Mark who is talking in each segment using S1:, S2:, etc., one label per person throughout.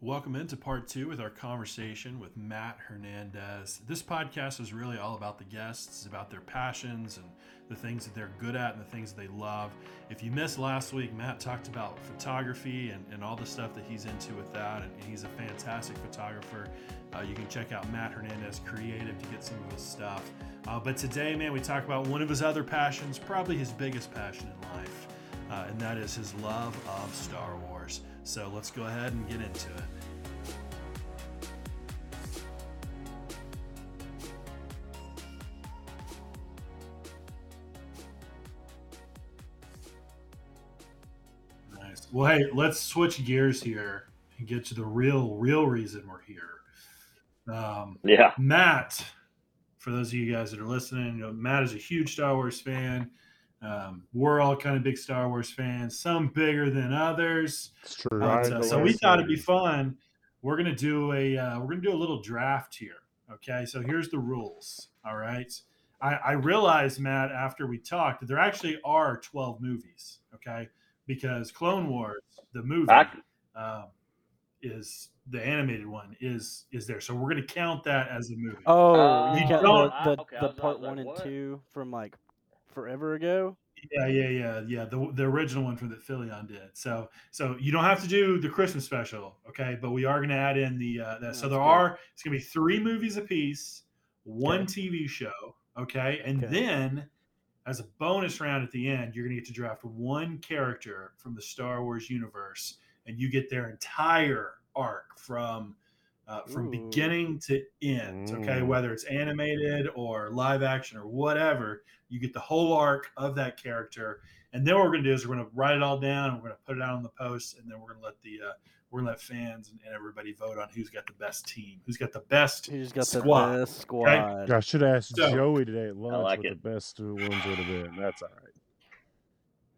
S1: Welcome into part two with our conversation with Matt Hernandez. This podcast is really all about the guests, about their passions and the things that they're good at and the things that they love. If you missed last week, Matt talked about photography and, and all the stuff that he's into with that, and, and he's a fantastic photographer. Uh, you can check out Matt Hernandez Creative to get some of his stuff. Uh, but today, man, we talk about one of his other passions, probably his biggest passion in life. Uh, and that is his love of Star Wars. So let's go ahead and get into it. Nice. Well, hey, let's switch gears here and get to the real, real reason we're here. Um,
S2: Yeah.
S1: Matt, for those of you guys that are listening, you know, Matt is a huge Star Wars fan. Um, we're all kind of big Star Wars fans, some bigger than others.
S3: It's true.
S1: But,
S3: I
S1: uh,
S3: enjoy
S1: so we
S3: it.
S1: thought it'd be fun. We're gonna do a uh, we're gonna do a little draft here. Okay, so here's the rules. All right. I, I realized, Matt, after we talked, that there actually are 12 movies. Okay, because Clone Wars, the movie,
S2: Back,
S1: um, is the animated one is is there. So we're gonna count that as a movie.
S4: Oh,
S2: Oh,
S4: you
S1: you
S4: got
S1: don't-
S4: the,
S2: Ah,
S4: the,
S2: okay, I
S4: the
S2: was- I
S4: part
S2: was like,
S4: one and
S2: what?
S4: two from like forever ago.
S1: Yeah, yeah, yeah, yeah. The the original one from that Philion did. So so you don't have to do the Christmas special, okay? But we are going to add in the uh, that.
S4: Yeah,
S1: So
S4: Oh, that's
S1: there
S4: good.
S1: are it's going to be three movies apiece, one TV show, okay, and
S4: Okay.
S1: then as a bonus round at the end, you're going to get to draft one character from the Star Wars universe, and you get their entire arc from. Uh, from
S4: Ooh.
S1: beginning to end, okay,
S3: Mm.
S1: whether it's animated or live action or whatever, you get the whole arc of that character. And then what we're going to do is we're going to write it all down. We're going to put it out on the post, and then we're going to let the uh, we're going to let fans and, and everybody vote on who's got the best team, who's got the best.
S4: He just got
S1: Squad,
S4: the best squad.
S3: I should have asked
S1: So-
S3: Joey today at lunch
S2: like
S3: what
S2: it.
S3: the best two ones would have been. That's all right.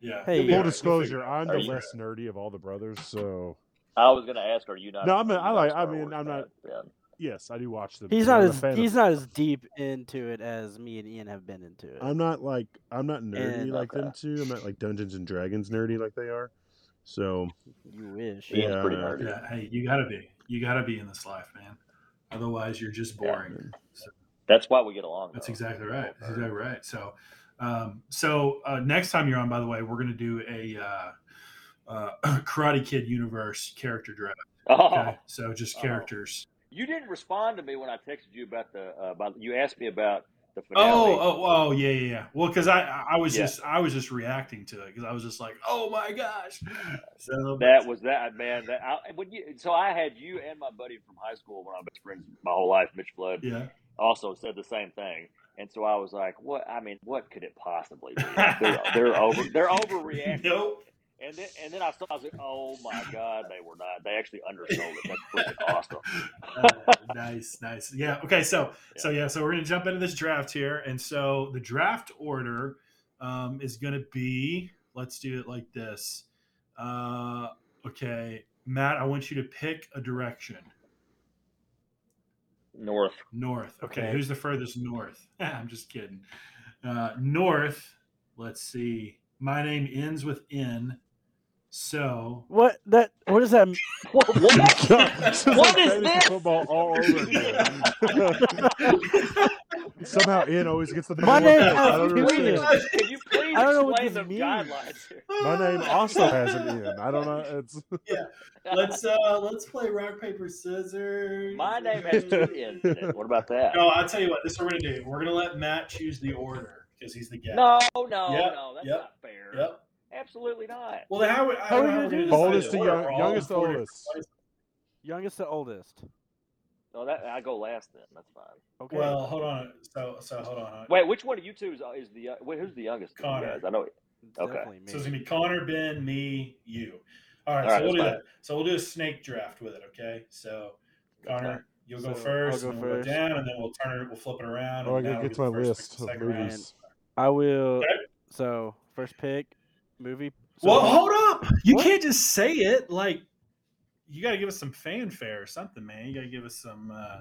S1: Yeah.
S4: Hey,
S1: You'll be all right.
S3: Full
S4: Full
S1: We'll figure
S3: disclosure,
S1: it
S3: I'm
S1: Are
S3: the
S1: you-
S3: less nerdy of all the brothers, so
S2: I was gonna ask, are you not?
S3: No, I mean,
S2: are you
S3: I
S2: not
S3: like-
S2: Star
S3: I mean,
S2: Wars
S3: I'm not-
S2: fan? Yeah.
S3: yes, I do watch them.
S4: He's
S3: but
S4: not
S3: I'm a
S4: as
S3: fan of-
S4: he's not as deep into it as me and Ian have been into it.
S3: I'm not like I'm not
S2: Eh,
S3: nerdy
S4: And-
S3: like them
S2: Okay.
S3: two. I'm not like Dungeons and Dragons nerdy like they are. So
S4: you wish.
S2: Ian's
S3: Yeah,
S2: pretty
S3: I know.
S2: nerdy.
S1: Yeah. Hey, you gotta be. You gotta be in this life, man. Otherwise, you're just
S2: Yeah.
S1: boring.
S2: That's why we get along.
S1: That's
S2: though.
S1: exactly right. That's
S2: Oh, Okay.
S1: exactly right. So, um, so uh, next time you're on, by the way, we're going to do a uh, uh, Karate Kid universe character draft.
S2: Oh,
S1: Okay, so just
S2: Oh.
S1: characters.
S2: you didn't respond to me when I texted you about the. Uh, about, you asked me about the finale.
S1: Oh, oh, oh, yeah, yeah, yeah. Well, because I, I I was
S2: Yeah.
S1: just, I was just reacting to it because I was just like, oh my gosh. So
S2: That was that man. That I, when you, so I had you and my buddy from high school when I'm best friends my whole life, Mitch Flood,
S1: yeah.
S2: also said the same thing. And so I was like, "What? I mean, what could it possibly be? They're, they're over. They're overreacting."
S1: Nope.
S2: And then, and then I saw, I was like, oh my God, they were not. They actually undersold it. That's freaking awesome.
S1: Uh, nice, nice. Yeah. Okay. So, so yeah. So we're gonna jump into this draft here, and so the draft order um, is gonna be. Let's do it like this. Uh, okay, Matt, I want you to pick a direction.
S2: North.
S1: North. Okay,
S4: Okay.
S1: who's the furthest north? I'm just kidding. Uh, north. Let's see. My name ends with N, so
S4: What that? What does that? m-
S2: What?
S3: This
S2: What is
S3: fantasy
S2: this?
S3: Football all over again. Somehow Ian always gets the number
S4: My
S3: one
S4: name
S3: pick. I
S4: has
S3: don't
S4: two
S3: understand.
S4: Ians.
S2: Can you please
S4: I don't know what
S2: explain
S4: this
S2: the
S4: means.
S2: guidelines here?
S3: My name also has an Ian. I don't know. It's
S1: let's uh let's play rock paper scissors.
S2: My name has two N's in it. What about that?
S1: No, I'll tell you what. This is what we're gonna do. We're gonna let Matt choose the order because he's the guest.
S2: No, no, no.
S1: Yep,
S2: That's
S1: yep,
S2: not fair.
S1: Yep.
S2: Absolutely not.
S1: Well, then how, would- I
S4: How
S1: don't know
S4: are
S1: how
S4: we
S1: we're
S4: gonna do
S1: gonna
S4: this?
S1: decide
S3: Oldest to
S1: the order.
S3: young-
S1: We're all
S3: youngest to
S1: four different
S3: oldest.
S1: places.
S4: Youngest to oldest.
S2: No, that I go last then. That's fine.
S4: Okay.
S1: Well, hold on. So, so hold on.
S2: Wait, which one of you two is, is the uh, wait, who's the youngest? of you
S1: Connor.
S2: guys? I know.
S4: It's
S2: okay.
S4: Definitely me.
S1: So it's gonna be Connor, Ben, me, you. All right.
S2: All
S1: so
S2: right,
S1: we'll do
S2: that's
S1: that. So we'll do a snake draft with it. Okay. So Connor, you'll go
S4: So I'll
S1: 1st
S4: go
S1: and then we'll
S4: first.
S1: go down, and then we'll turn it. We'll flip it around.
S3: oh, I
S1: and now
S3: gotta
S1: we'll
S3: get
S1: do
S3: to my
S1: the first
S3: list
S1: pick,
S3: of
S1: second round.
S3: movies.
S4: I will.
S1: Okay.
S4: So first pick, movie. So,
S1: Well, hold up. You
S4: What?
S1: can't just say it like you got to give us some fanfare or something, man. You got to give us some, uh,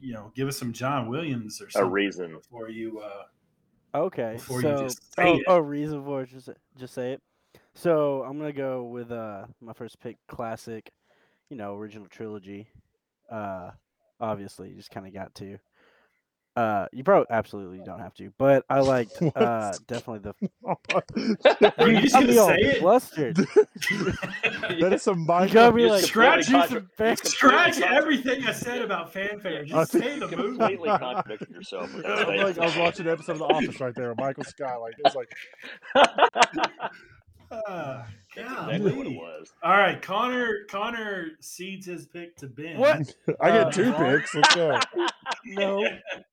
S1: you know, give us some John Williams or
S2: A
S1: something
S2: reason.
S1: before you. Uh,
S4: Okay.
S1: before you
S4: so,
S1: just say
S4: oh,
S1: it.
S4: oh, reason for it, just just say it. So I'm gonna go with uh my first pick, classic. you know, original trilogy. Uh, obviously, you just kind of got to. Uh, you probably absolutely don't have to, but I liked
S3: What?
S4: uh definitely the.
S5: Are you just
S4: I'm
S5: gonna
S4: the
S5: say
S4: old
S5: it?
S4: flustered.
S3: that is some
S4: You
S3: mind.
S4: gotta be
S2: It's
S4: like
S1: scratch
S4: "Juice
S2: contra-
S4: and Bear."
S2: it's
S1: Scratch everything I said about fanfare. Just
S3: I
S1: say the movie.
S2: completely contradicted yourself with that
S3: I'm like, I was watching an episode of The Office right there. Michael Scott, like, it's like,
S2: statement.
S1: Uh,
S2: That's exactly what it was.
S1: All right, Connor. Connor cedes his pick to Ben.
S4: What?
S3: I
S4: Uh,
S3: get two picks. Let's go.
S4: No,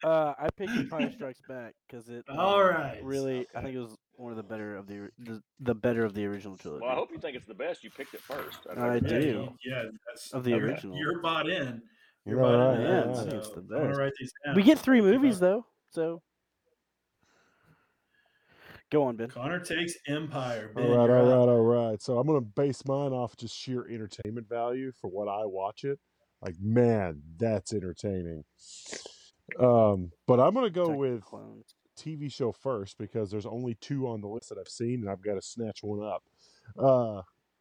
S4: uh, I picked Empire Strikes Back because it.
S1: All
S4: um,
S1: right,
S4: Really, I
S2: okay.
S4: think it was one of the better of the or- the, the better of the original trilogy.
S2: Well, I hope you think it's the best. You picked it first. I,
S4: I
S1: Yeah,
S4: do.
S1: you- Yeah, that's
S4: Of the
S1: okay.
S4: original.
S1: You're bought in. You're
S3: All
S1: bought
S3: right,
S1: in.
S4: yeah,
S1: to
S3: all
S1: that,
S3: right.
S4: I think it's
S1: so
S4: the
S1: I'm gonna
S4: best.
S1: write these down.
S4: we get three movies though, so go on, Ben.
S1: Connor takes Empire. Ben,
S3: All right,
S1: you're
S3: all
S1: up.
S3: right, all right. So I'm gonna base mine off just sheer entertainment value for what I watch it. Like, man, that's entertaining. Um, but I'm gonna go
S4: Attack of the
S3: with
S4: Clones.
S3: TV show first because there's only two on the list that I've seen, and I've got to snatch one up. Uh,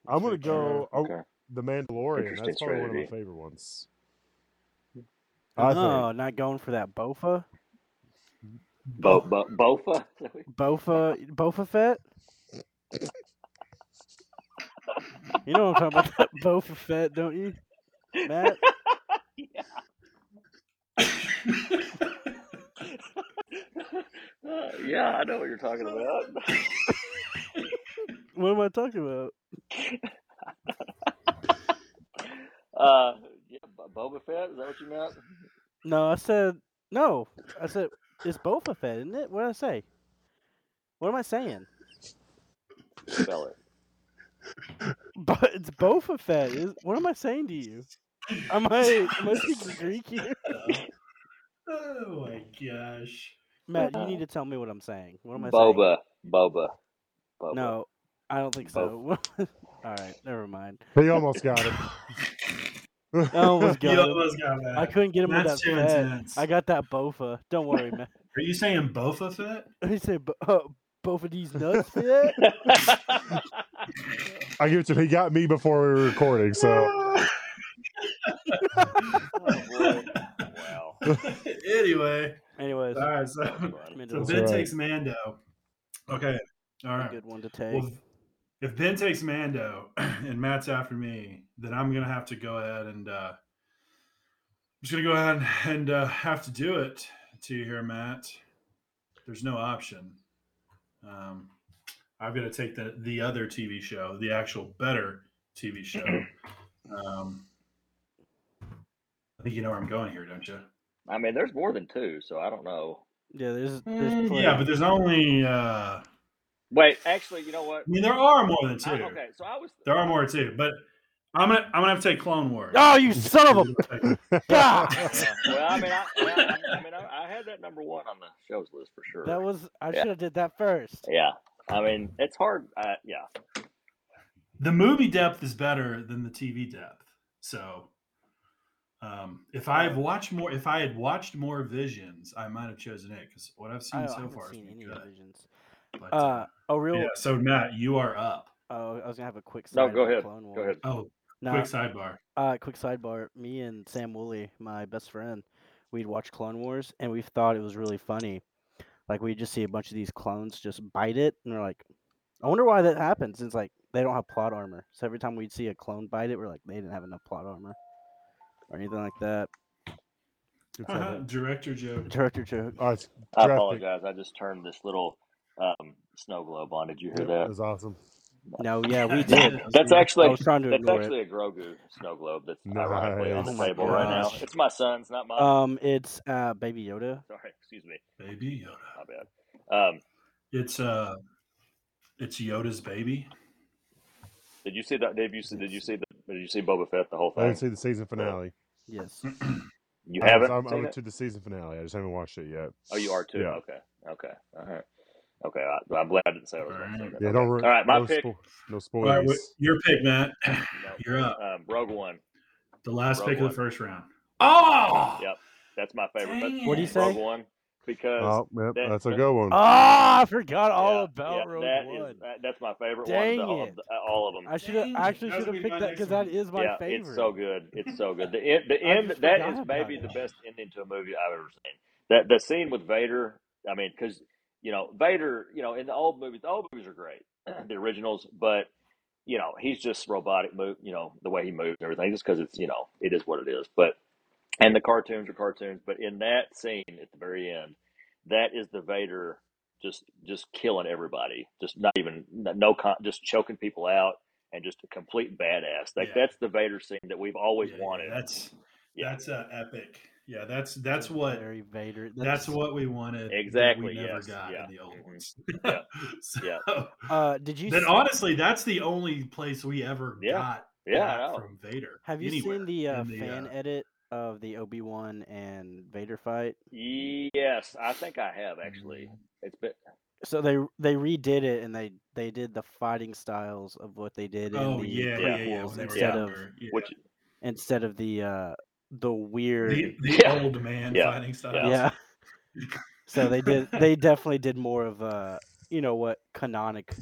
S3: I'm gonna
S4: That's very true.
S3: go oh,
S2: okay.
S3: The Mandalorian.
S2: Interesting
S3: That's probably one of my
S2: strategy.
S3: favorite ones.
S1: Uh,
S3: I think.
S4: No, not going for that Bofa,
S2: Bo- Bo- Bofa.
S4: Bofa, Bofa Fett. you know what I'm talking about, Bofa Fett, don't you, Matt?
S2: Uh, yeah, I know what you're talking about.
S4: What am I talking about?
S2: Uh, yeah, Bo- Boba Fett. Is that what you meant?
S4: No, I said no. I said it's Boba Fett, isn't it? What did I say? What am I saying?
S2: Spell it.
S4: But it's Boba Fett. Is what am I saying to you? Am I am I speaking Greek here?
S1: Oh my gosh.
S4: Matt, you need to tell me what I'm saying. What am I saying?
S2: Boba. Boba. Boba.
S4: No, I don't think so. All right, never mind.
S3: He almost got it.
S4: I almost
S1: You
S4: got him.
S1: almost got that.
S4: I couldn't get him with that
S1: That's too
S4: Fett.
S1: intense.
S4: I got that Bofa. Don't worry, Matt.
S1: Are you saying Bofa Fett?
S4: He said "Bo- uh, both of these nuts. Fett?"
S3: I give it to him. He got me before we were recording, so
S2: Oh, boy. wow.
S1: anyway,
S4: Anyways,
S1: all right.
S2: That's
S1: So,
S2: fun.
S1: so
S4: Mandalorian,
S1: Ben
S3: right.
S1: takes Mando. Okay. All
S4: a
S1: right.
S4: good one to take.
S1: Well, if Ben takes Mando and Matt's after me, then I'm gonna have to go ahead and uh, I'm just gonna go ahead and uh, have to do it to you here, Matt. There's no option. Um, I've got to take the the other TV show, the actual better TV show. um, I think you know where I'm going here, don't you?
S2: I mean, there's more than two, so I don't know.
S4: yeah, there's there's plenty.
S1: mm, yeah, but there's only. Uh, I
S2: Wait, actually, you know what?
S1: mean, there are more than two.
S2: I- okay, so I was.
S1: There are more too, but I'm gonna I'm gonna have to take Clone Wars.
S4: oh, you son of a god!
S2: Uh, well, I mean, I, well, I, I mean, I, I had that number one on the shows list for sure.
S4: That was I
S2: Yeah.
S4: should have did that first.
S2: yeah, I mean, it's hard. Uh, yeah,
S1: the movie depth is better than the TV depth. So, um, if I have watched more, if I had watched more Visions, I might have chosen it because what I've seen
S4: I,
S1: so
S4: haven't
S1: far has
S4: seen
S1: been
S4: any
S1: good.
S4: visions.
S1: But,
S4: Uh,
S1: uh,
S4: a real.
S1: yeah, so Matt, you are up.
S4: Oh, I was gonna have a quick.
S2: No,
S4: side
S2: go
S4: about
S2: ahead,
S4: Clone Wars.
S2: go ahead.
S1: Oh,
S4: No,
S1: quick sidebar.
S4: Uh, quick sidebar: Me and Sam Woolley, my best friend, we'd watch Clone Wars, and we thought it was really funny. Like we just see a bunch of these clones just bite it, and we're like, "I wonder why that happens." It's like they don't have plot armor, so every time we'd see a clone bite it, we're like, "They didn't have enough plot armor," or anything like that.
S1: Uh-huh, Director Joe.
S4: Director joke.
S3: all right,
S2: I
S3: Traffic.
S2: apologize. I just turned this little um, snow globe on. Did you hear
S3: that
S2: that?
S3: was awesome.
S4: No, yeah, we did.
S2: That's
S4: I
S2: actually
S4: was trying to
S2: that's
S4: ignore it.
S2: actually a Grogu snow globe that's ironically on the
S3: Nice.
S2: table right now.
S1: Gosh.
S2: It's my son's, not mine.
S4: Um, it's uh, Baby Yoda.
S2: Sorry, excuse me.
S1: Baby Yoda.
S2: My bad. Um,
S1: It's uh, it's Yoda's baby.
S2: did you see that? Dave, you see, did you see the? Did you see Boba Fett the whole
S3: I
S2: thing?
S3: didn't see the season finale.
S4: Yes.
S2: you
S3: I was-
S2: haven't.
S3: I'm,
S2: seen
S3: I'm
S2: it?
S3: to the season finale. I just haven't watched it yet.
S2: Oh, you are too.
S3: Yeah.
S2: Okay. Okay. All right. Okay. I, I'm glad I didn't say I was going to say
S1: Alright.
S2: that.
S3: Yeah,
S2: Okay.
S3: don't. Re-
S2: All right. My
S3: no
S2: pick.
S3: spo-
S1: All
S3: no
S1: right,
S3: spoilers.
S1: wh- your pick, Matt.
S2: No,
S1: You're up.
S2: um, Rogue One.
S1: The last
S2: Rogue
S1: pick of
S2: One.
S1: the first round. Oh,
S2: Yep. That's my favorite. That's
S1: Dang What'd
S4: he
S2: Rogue
S4: say?
S2: One. because
S3: Oh, yep,
S2: that-
S3: that's a
S2: that-
S3: good one.
S1: Uh,
S4: Ah, I forgot all
S2: yeah,
S4: about
S2: yeah,
S4: Rogue
S2: that is-
S4: One.
S2: that- that's my favorite
S4: Dang
S2: one. All
S4: it.
S2: of, the, uh, all of them.
S4: I should have
S6: Dang it,
S4: actually
S6: that was
S4: should have
S6: gonna be
S4: picked
S6: my
S4: that
S6: next
S4: because that
S6: one.
S4: is my
S2: yeah,
S4: favorite.
S2: it's so good. It's so good. The end, the
S4: I
S2: end
S4: just
S2: that
S4: forgot
S2: is
S4: about
S2: maybe
S4: it.
S2: the best ending to a movie I've ever seen. That the scene with Vader. I mean, because you know Vader. You know, in the old movies, the old movies are great, the originals. But you know, he's just robotic move. You know, the way he moves and everything, just because it's you know it is what it is. But and the cartoons are cartoons. But in that scene at the very end, that is the Vader just just killing everybody, just not even no con, just choking people out. And just a complete badass. Like
S1: Yeah.
S2: that's the Vader scene that we've always
S1: Yeah,
S2: wanted.
S1: That's
S2: Yeah.
S1: that's uh, epic. Yeah, that's that's
S4: It's
S1: what
S4: very Vader.
S1: that's what we wanted. that
S2: Exactly,
S1: we never
S2: yes,
S1: got
S2: yeah,
S1: in the old
S2: mhm,
S1: ones.
S2: yeah,
S1: so,
S4: Uh, did Mm-hmm. you
S1: Then
S4: s-
S1: honestly, that's the only place we ever
S2: Yeah,
S1: got
S2: Yeah, I
S1: that
S2: know.
S1: from Vader.
S4: have you
S1: anywhere
S4: seen the, uh,
S1: in the,
S4: fan
S1: uh,
S4: edit of the Obi Wan and Vader fight?
S2: Yes, I think I have actually.
S1: Mm-hmm.
S2: It's been
S4: So they they redid it and they they did the fighting styles of what they did.
S1: Oh
S4: in the
S1: yeah, yeah, yeah.
S4: prequels
S1: when they were
S4: Instead of
S1: younger, yeah.
S2: which
S4: instead of the uh the weird
S1: the, the
S2: Yeah.
S1: old man
S2: Yeah,
S1: fighting style.
S2: yeah.
S4: yeah so they did they definitely did more of uh you know what canonic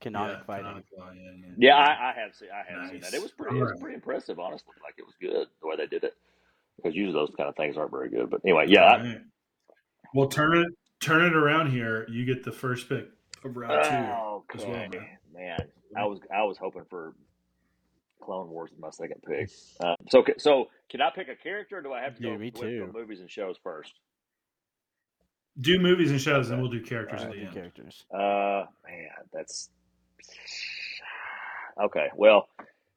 S4: canonic
S1: Yeah,
S4: fighting
S1: canonic fighting, yeah,
S2: yeah, I, I have seen I have seen that.
S1: Nice.
S2: It was pretty it was
S1: Alright.
S2: pretty impressive, honestly. Like it was good the way they did it. Because usually those kind of things aren't very good. But anyway, yeah. I-
S1: Alright. Well, turn it turn it around here. You get the first pick of round two.
S2: Uh,
S1: as well,
S2: okay,
S1: man.
S2: man. I was I was hoping for Clone Wars as my second pick. Um, so ca- so can I pick a character? Or do I have to
S4: Yeah,
S2: go
S4: me
S2: do we have to go
S4: too.
S2: movies and shows first?
S1: Do movies and shows, and
S2: Okay.
S1: we'll do characters
S4: uh,
S1: at the
S4: new
S1: end.
S4: characters
S2: Uh, man, that's okay. Well,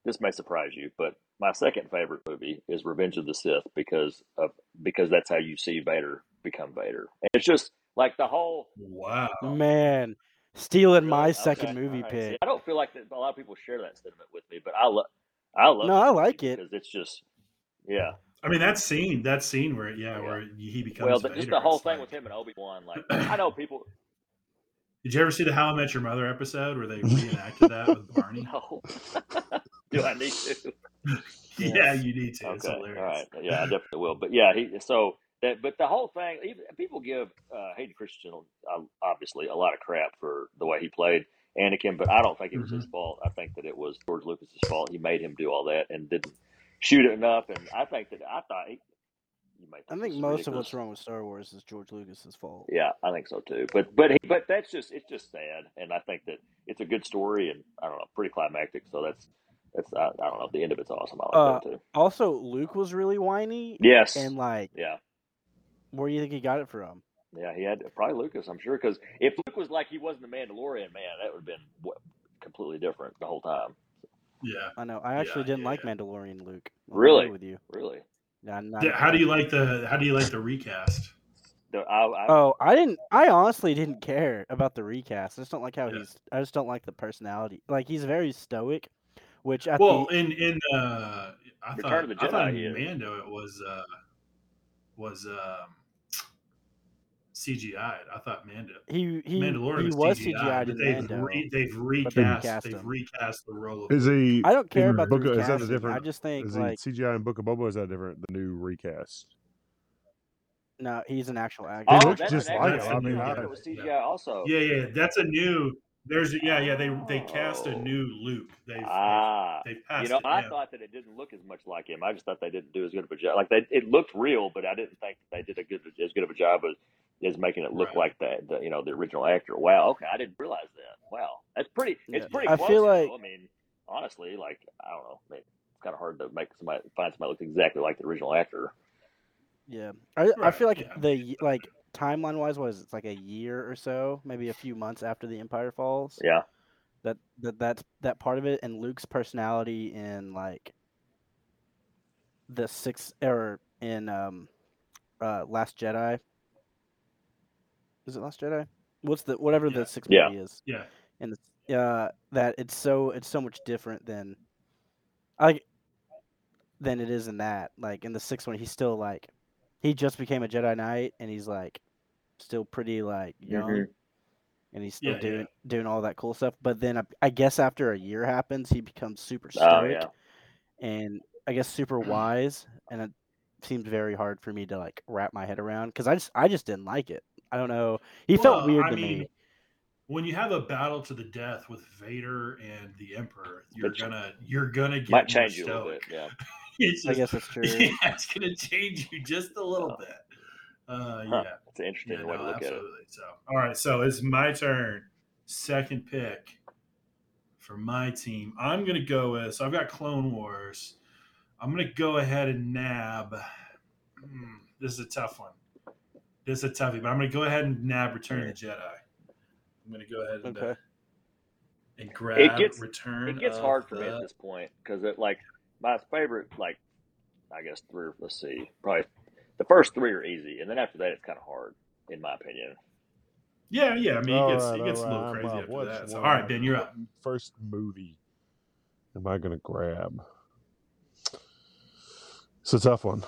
S2: this may surprise you, but my second favorite movie is Revenge of the Sith because of because that's how you see Vader become Vader, and it's just like the whole.
S1: Wow.
S4: man stealing my
S2: Really?
S4: second
S2: Okay,
S4: movie
S2: all right. See,
S4: pick
S2: I don't feel like that, a lot of people share that sentiment with me, but I love, I love.
S4: No,
S2: this
S4: I
S2: movie
S4: like it.
S2: because it's just, yeah.
S1: I mean, that scene, that scene where yeah,
S2: Yeah.
S1: where he becomes
S2: Well, the,
S1: Vader,
S2: just the whole
S1: it's
S2: thing
S1: like-
S2: with him and Obi Wan, like I know people.
S1: Did you ever see the How I Met Your Mother episode where they reenacted that with Barney?
S2: No, do I need to?
S1: Yeah, you need to. It's
S2: Okay. All
S1: hilarious.
S2: right. Yeah, I definitely will. But yeah, he so that but the whole thing even, people give uh Hayden Christian uh, obviously a lot of crap for the way he played Anakin, but I don't think it was
S4: Mm-hmm.
S2: his fault. I think that it was George Lucas's fault. He made him do all that and didn't shoot it enough and I think that I thought he you might
S4: i
S2: this
S4: think
S2: is
S4: most of
S2: ridiculous.
S4: what's wrong with star wars is george lucas's fault
S2: Yeah, I think so too. But but he, but that's just it's just sad, and I think that it's a good story, and I don't know, pretty climactic. So that's that's I, I don't know. The end of it's awesome. I like that too.
S4: also luke was really whiny
S2: Yes.
S4: Uh, and like
S2: yeah.
S4: where do you think he got it from
S2: Yeah, he had probably Lucas, I'm sure, because if Luke was like he wasn't the Mandalorian, man, that would have been what, completely different the whole time.
S1: Yeah.
S4: i know i
S1: Yeah,
S4: actually didn't
S1: yeah,
S4: like mandalorian luke I'll be real
S2: Really?
S4: with you
S2: Really,
S4: Yeah, I'm not
S1: Th-
S4: a
S1: How do
S4: fan.
S1: you like the How do you like the recast?
S2: The- I, I,
S4: Oh, I didn't. I honestly didn't care about the recast. I just don't like how
S1: Yeah.
S4: he's. I just don't like the personality. Like he's very stoic, which at
S1: Well,
S4: the
S1: in in uh, I
S2: Return
S1: thought
S2: of the
S1: I thought
S2: Jedi,
S1: in
S2: yeah.
S1: Mando it was uh, was um, CGI. I thought Mando.
S4: he he
S1: Mandalorian
S4: he
S1: was,
S4: was
S1: CGI,
S4: CGI'd
S1: but
S4: in
S1: they've,
S4: Mando.
S1: Re, they've recast
S4: cast
S1: they've
S4: him.
S1: recast the role of
S3: Is he?
S4: I don't care
S3: in
S4: about the
S3: Book of- is that the
S4: recasting. I
S3: different-
S4: just think
S3: Is he
S4: like
S3: CGI and Book of Boba? Is that different? The new recast.
S4: no, he's an actual actor.
S2: oh,
S3: looks
S2: that's
S3: just
S2: an
S1: like
S2: actor.
S1: him. I mean,
S2: I
S1: I-
S2: thought it was CGI
S1: yeah.
S2: also.
S1: yeah yeah that's a new there's a- yeah yeah they they cast a
S2: Oh.
S1: new Luke they've
S2: Ah,
S1: they've, they've passed
S2: you know,
S1: it
S2: I
S1: down.
S2: thought that it didn't look as much like him. I just thought they didn't do as good of a job. Like they, it looked real, but I didn't think that they did a good as good of a job as as making it look
S1: Right.
S2: like that. The, you know, the original actor. Wow. Okay, I didn't realize that. Wow, that's pretty. It's
S4: Yeah.
S2: pretty.
S4: I
S2: close,
S4: feel
S2: though.
S4: like-
S2: I mean, honestly, like I don't know. It's kind of hard to make somebody find somebody that looks exactly like the original actor.
S4: Yeah, I I
S1: Right,
S4: feel like
S1: yeah.
S4: the y- like timeline wise was it's like a year or so, maybe a few months after the Empire falls.
S2: Yeah.
S4: That that that's that part of it, and Luke's personality in like the six or in um uh Last Jedi. Is it Last Jedi? What's the whatever
S1: Yeah.
S4: the sixth
S2: Yeah.
S4: movie is?
S1: yeah
S4: and the, uh, that it's so it's so much different than like than it is in that. Like in the sixth one, he's still like he just became a Jedi Knight, and he's like still pretty like young,
S2: Mhm.
S4: and he's still
S1: Yeah, yeah.
S4: doing doing all that cool stuff. But then I, I guess after a year
S1: Oh,
S4: happens, he becomes super stoic
S2: Oh yeah.
S1: Mm-hmm.
S4: and I guess super wise, and it seems very hard for me to like wrap my head around because I just I just didn't like it. I don't know. He felt
S1: Well,
S4: weird
S1: I
S4: to
S1: mean,
S4: me.
S1: When you have a battle to the death with Vader and the Emperor, you're
S2: But-
S1: gonna you're gonna get
S2: Might
S1: more
S2: change you a little
S1: stoic.
S2: bit. Yeah.
S1: It's
S4: I
S1: just,
S4: guess that's true.
S1: yeah, it's gonna change you just a little bit. Uh,
S2: Oh. Huh.
S1: Yeah.
S2: It's an interesting
S1: Yeah,
S2: way to
S1: no,
S2: look at it.
S1: absolutely. So, all right, so it's my turn. Second pick for my team. I'm going to go with. So I've got Clone Wars. I'm going to go ahead and nab. Hmm, this is a tough one. This is a toughie, but I'm going to go ahead and nab Return of
S2: Hmm.
S1: the Jedi. I'm going to go ahead and, uh,
S4: Okay.
S1: and grab
S2: gets-
S1: Return.
S2: It gets
S1: of
S2: hard for me
S1: the-
S2: at this point because it like my favorite like I guess three. or- Let's see, probably the first three are easy, and then after that it's kind of hard in my opinion.
S1: Yeah, yeah. I mean, it
S3: All
S1: gets,
S3: right,
S1: it
S3: all
S1: gets a
S3: right,
S1: little
S3: I'm
S1: crazy
S3: up.
S1: after
S3: What's
S1: that. So, all
S3: one
S1: right, Ben, you're up.
S3: First movie am I gonna grab? It's a tough one.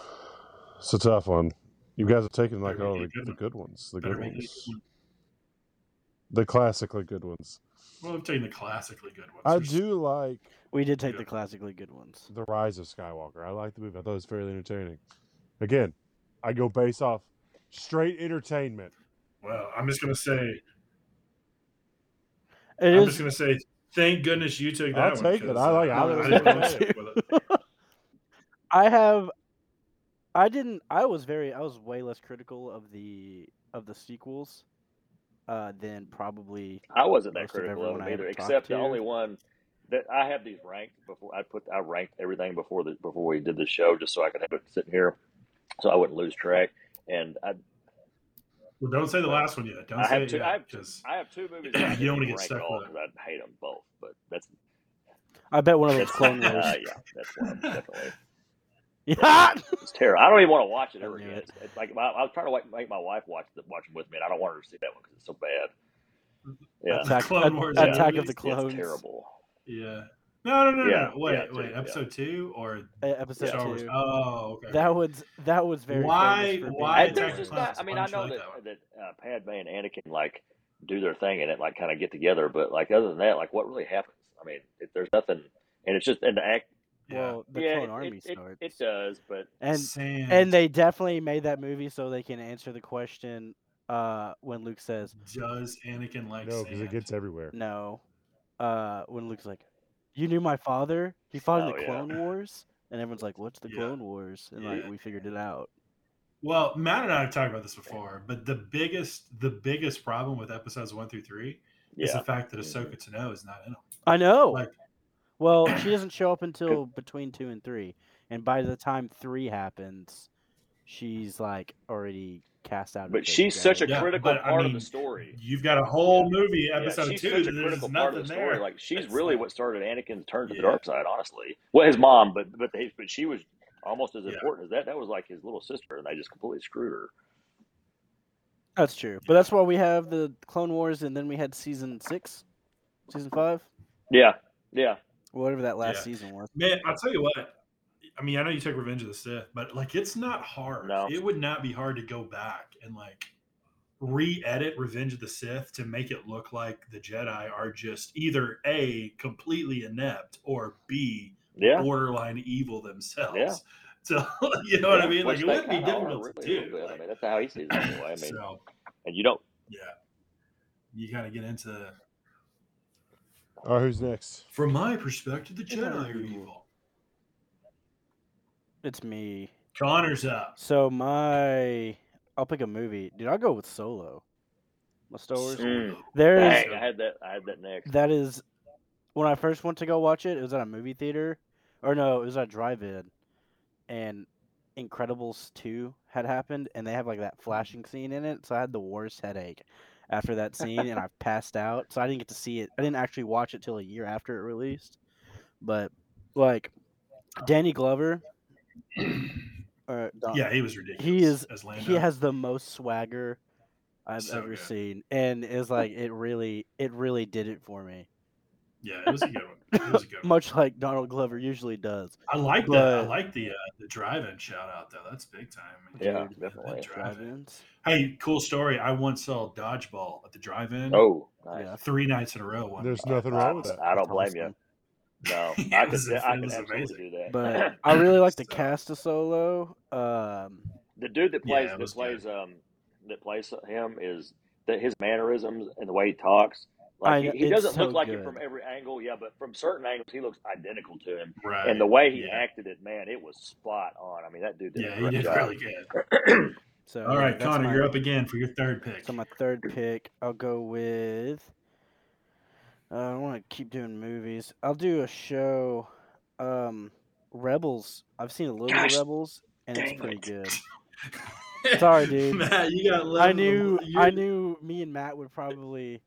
S3: It's a tough one. You guys are taking like
S1: Better
S3: all the,
S1: make it a good
S3: the
S1: one.
S3: good ones, the
S1: Better
S3: good
S1: make it a
S3: ones,
S1: good one.
S3: the classically good ones.
S1: Well, I'm taking the classically good ones.
S3: I
S1: There's-
S3: do like
S4: We did take
S1: Yeah.
S4: the classically good ones.
S3: The Rise of Skywalker. I like the movie. I thought it was fairly entertaining. Again, I go base off straight entertainment.
S1: Well, I'm just gonna say,
S4: It
S1: I'm
S4: is-
S1: just gonna say, thank goodness you took that
S3: I'll
S1: one.
S3: take it.
S1: 'cause,
S3: I like-
S1: uh,
S3: I
S4: was
S1: didn't
S4: gonna
S1: wanna
S4: say
S1: stick with it.
S4: I have I didn't I was very I was way less critical of the of the sequels uh than probably
S2: I wasn't that
S4: Most of
S2: critical of
S4: everyone
S2: them
S4: I
S2: either,
S4: ever talked
S2: except the
S4: to.
S2: only one that I have these ranked before I put I ranked everything before the before we did the show just so I could have it sitting here so I wouldn't lose track. And I
S1: Well, don't say the last one yet. Don't
S2: I
S1: say
S2: have
S1: it
S2: two- I
S1: yet,
S2: have two-
S1: 'cause-
S2: I have two movies
S1: You
S2: that I
S1: don't
S2: didn't
S1: wanna
S2: even
S1: get
S2: rank
S1: stuck
S2: at all
S1: with it.
S2: because I hate them both. But that's
S4: I bet one of those
S2: that's
S4: Clone Wars.
S2: uh, yeah, that's one definitely.
S4: yeah.
S2: It's terrible. I don't even want to watch it
S4: I
S2: ever
S4: knew
S2: again.
S4: it.
S2: It's, it's like I, I was trying to like, make my wife watch the, watch them with me, and I don't want her to see that one because it's so bad. Yeah,
S1: That's-
S4: Attack,
S1: Clone
S4: At-
S1: Wars
S2: are
S4: Attack of
S1: released.
S4: the
S1: It's
S4: Clones.
S2: it's terrible.
S1: yeah. No, no, no, no,
S2: Yeah,
S1: no. Wait,
S2: yeah, two,
S1: wait.
S2: yeah.
S1: Episode two or
S4: e- Episode
S1: Star Wars?
S4: two.
S1: Oh, okay.
S4: That was that was very famous
S1: Why-
S4: for
S1: why
S2: I,
S4: being-
S1: Attack
S2: there's
S1: of
S2: just
S1: the Clones
S2: not. I
S1: is
S2: mean, I
S1: punched
S2: know
S1: like
S2: that
S1: that one.
S2: that uh, Padme and Anakin like do their thing and it like kind of get together, but like other than that, like what really happens? I mean, it, there's nothing, and it's just and the act.
S1: Yeah.
S4: Well, the
S2: yeah,
S4: Clone
S2: it,
S4: Army
S2: it,
S4: starts.
S2: it, it does, but
S4: and
S1: Sand.
S4: and they definitely made that movie so they can answer the question uh when Luke says
S1: does Anakin like
S3: No, because
S1: sand?
S3: it gets everywhere.
S4: no. Uh when Luke's like, You knew my father? He fought in
S2: Oh,
S4: the
S2: yeah.
S4: Clone Wars? And everyone's like, What's the
S1: Yeah.
S4: Clone Wars? And like
S1: Yeah.
S4: we figured it out.
S1: Well, Matt and I have talked about this before, but the biggest the biggest problem with episodes one through three is
S2: yeah,
S1: the fact that Ahsoka Tano is not in them.
S4: I know.
S1: Like-
S4: well, she doesn't show up until between two and three, and by the time three happens, she's like already cast out.
S2: but she's such a
S1: Yeah,
S2: critical
S1: but I
S2: part of
S1: mean,
S2: the story.
S1: You've got a whole movie
S2: Yeah,
S1: episode
S2: she's
S1: two.
S2: such a
S1: that there's
S2: critical
S1: nothing
S2: part of the
S1: there.
S2: story. Like she's
S1: It's
S2: really
S1: like-
S2: what started Anakin's turn to the
S1: Yeah.
S2: dark side. Honestly, well, his mom, but but they, but she was almost as
S1: Yeah.
S2: important as that. That was like his little sister, and they just completely screwed her.
S4: That's true, but that's why we have the Clone Wars, and then we had season six, season five,
S2: Yeah, yeah.
S4: whatever that last
S1: Yeah.
S4: season was.
S1: Man, I'll tell you what. I mean, I know you took Revenge of the Sith, but like it's not hard.
S2: No.
S1: It would not be hard to go back and like re-edit Revenge of the Sith to make it look like the Jedi are just either A completely inept or B
S2: Yeah,
S1: borderline evil themselves.
S2: Yeah.
S1: So you know what I
S2: Yeah,
S1: mean? Like
S2: which
S1: it
S2: they
S1: wouldn't be
S2: kinda are
S1: difficult
S2: really a
S1: to
S2: little
S1: do.
S2: bit. I
S1: like,
S2: mean, that's how he sees it anyway. I mean,
S1: so
S2: and you don't.
S1: yeah. You gotta get into
S3: All right, who's next?
S1: from my perspective, the
S4: Jedi
S1: Jedi are
S4: are
S1: evil.
S4: It's me.
S1: Connor's up.
S4: So my, I'll pick a movie, dude. I'll go with Solo. My Star Wars.
S2: Mm.
S4: There is
S2: Dang, I had that. I had that next.
S4: That is when I first went to go watch it, it was at a movie theater. Or no, it was at a drive in and Incredibles two had happened and they have like that flashing scene in it, so I had the worst headache after that scene and I passed out. So I didn't get to see it. I didn't actually watch it till a year after it released. But like Danny Glover or Don-
S1: Yeah, he was ridiculous.
S4: is-
S1: as
S4: he
S1: Lando.
S4: has the most swagger I've
S1: So
S4: ever
S1: good.
S4: seen. And it's like it really it really did it for me.
S1: Yeah, it was a good one. It was a good one.
S4: much like Donald Glover usually does.
S1: I like that. I
S4: but-
S1: like the uh, the drive-in shout out though. That's big time.
S2: Yeah,
S1: Dude,
S2: definitely.
S1: that drive-in.
S4: Drive-ins.
S1: Hey, cool story. I once saw dodgeball at the drive-in.
S2: Oh, nice.
S4: Yeah.
S1: three nighs in a row. One
S3: There's
S1: weekend.
S3: nothing wrong with that.
S2: I don't
S4: That's
S2: blame
S4: awesome.
S2: you. No,
S1: Yeah,
S2: I
S1: it
S2: could,
S1: was-
S2: I
S1: it
S2: could
S1: was
S2: absolutely
S1: amazing.
S2: do that.
S4: But I really like the
S1: So-
S4: cast of Solo. Um,
S2: the dude that
S1: Yeah,
S2: plays
S1: it
S2: that
S1: was
S2: plays um that plays him is that his mannerisms and the way he talks. Like
S4: I know,
S2: he, he
S4: it's
S2: doesn't
S4: so
S2: look like
S4: good.
S2: it from every angle, yeah, but from certain angles he looks identical to him.
S1: Right.
S2: And the way he
S1: yeah.
S2: acted it, man, it was spot on. I mean, that dude did
S1: Yeah,
S2: a
S1: he
S2: great
S1: did
S2: job.
S1: really good.
S4: so
S1: All
S4: yeah,
S1: right,
S4: that's
S1: Connor,
S4: my-
S1: you're up again for your third pick.
S4: So my third pick, I'll go with. Uh, I want to keep doing movies. I'll do a show, um, Rebels. I've seen a little bit
S2: Gosh,
S4: of Rebels, and it's
S2: dang
S4: pretty
S2: it.
S4: good. Sorry, dude.
S1: Matt, you got.
S4: I
S1: little-
S4: knew,
S1: you-
S4: I knew, me and Matt would probably.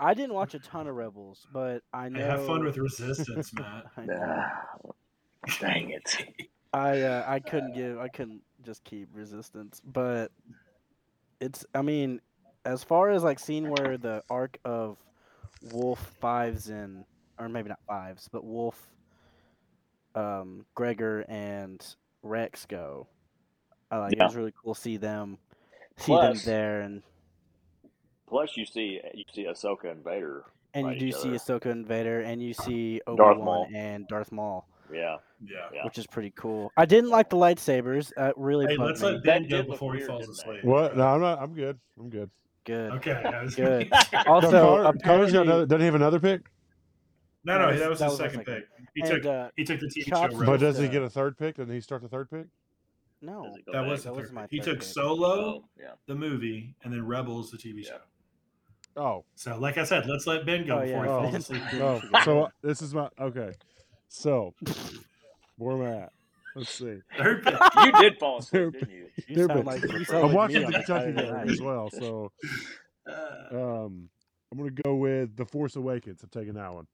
S4: I didn't watch a ton of Rebels, but I know.
S1: Hey, have fun with resistance, Matt.
S4: I, know.
S2: Ah, dang it!
S4: I, uh, I couldn't give. I couldn't just keep Resistance, but it's. I mean, as far as like seeing where the arc of Wolf Fives and, or maybe not Fives, but Wolf, um, Gregor and Rex go. I like. It
S2: Yeah.
S4: was really cool to see them, see
S2: Plus-
S4: them there, and
S2: Plus, you see you see Ahsoka and Vader.
S4: And
S2: fight
S4: you
S2: each
S4: do see
S2: other.
S4: Ahsoka and Vader, and you see Obi
S2: Darth
S4: Wan
S2: Maul.
S4: and Darth Maul,
S2: Yeah,
S1: Yeah.
S2: yeah.
S4: which is pretty cool. I didn't like the lightsabers. Uh, it really
S1: Hey,
S4: bugged
S1: let's
S4: me.
S1: let
S2: That
S1: Dan
S2: did
S1: go
S2: look
S1: before he
S2: weird,
S1: falls
S2: didn't it?
S1: asleep.
S3: What? No, I'm not. I'm good. I'm good.
S4: Good.
S1: Okay. I was-
S4: Good.
S1: no,
S3: No,
S4: Also,
S3: Connor,
S4: apparently,
S3: Connor's got another. Doesn't he have another pick?
S1: no,
S4: No,
S1: that was
S4: that
S1: his
S4: was my
S1: second
S4: second.
S1: pick. He
S4: and
S1: took
S4: uh,
S1: he took the TV
S4: Chops
S1: show.
S4: Right.
S3: But
S1: Rebels.
S3: does he
S4: Uh,
S3: get a third pick? Doesn't he start the third pick?
S4: no,
S2: Does it
S1: Oh,
S2: go
S1: That
S2: back?
S1: was the
S4: That was
S1: third
S4: my
S1: pick. He
S4: third
S1: took
S4: pick.
S1: Solo,
S2: Oh, yeah.
S1: the movie, and then Rebels, the TV show.
S3: Oh,
S1: So, like I said, let's let Ben go
S4: Oh,
S1: before
S4: yeah.
S1: he
S3: Oh.
S1: falls asleep.
S3: oh. So this is my okay. So where am I at? Let's see.
S1: Third pick. Uh,
S2: You did fall asleep, didn't you?
S4: you sound
S3: Stupid.
S4: like you sound
S3: I'm
S4: like me
S3: watching
S4: on
S3: the
S4: a
S3: Kentucky
S4: Saturday
S3: game
S4: night.
S3: as well. So
S4: Oh,
S1: Uh,
S3: um, I'm gonna go with The Force Awakens. I'm taking that one.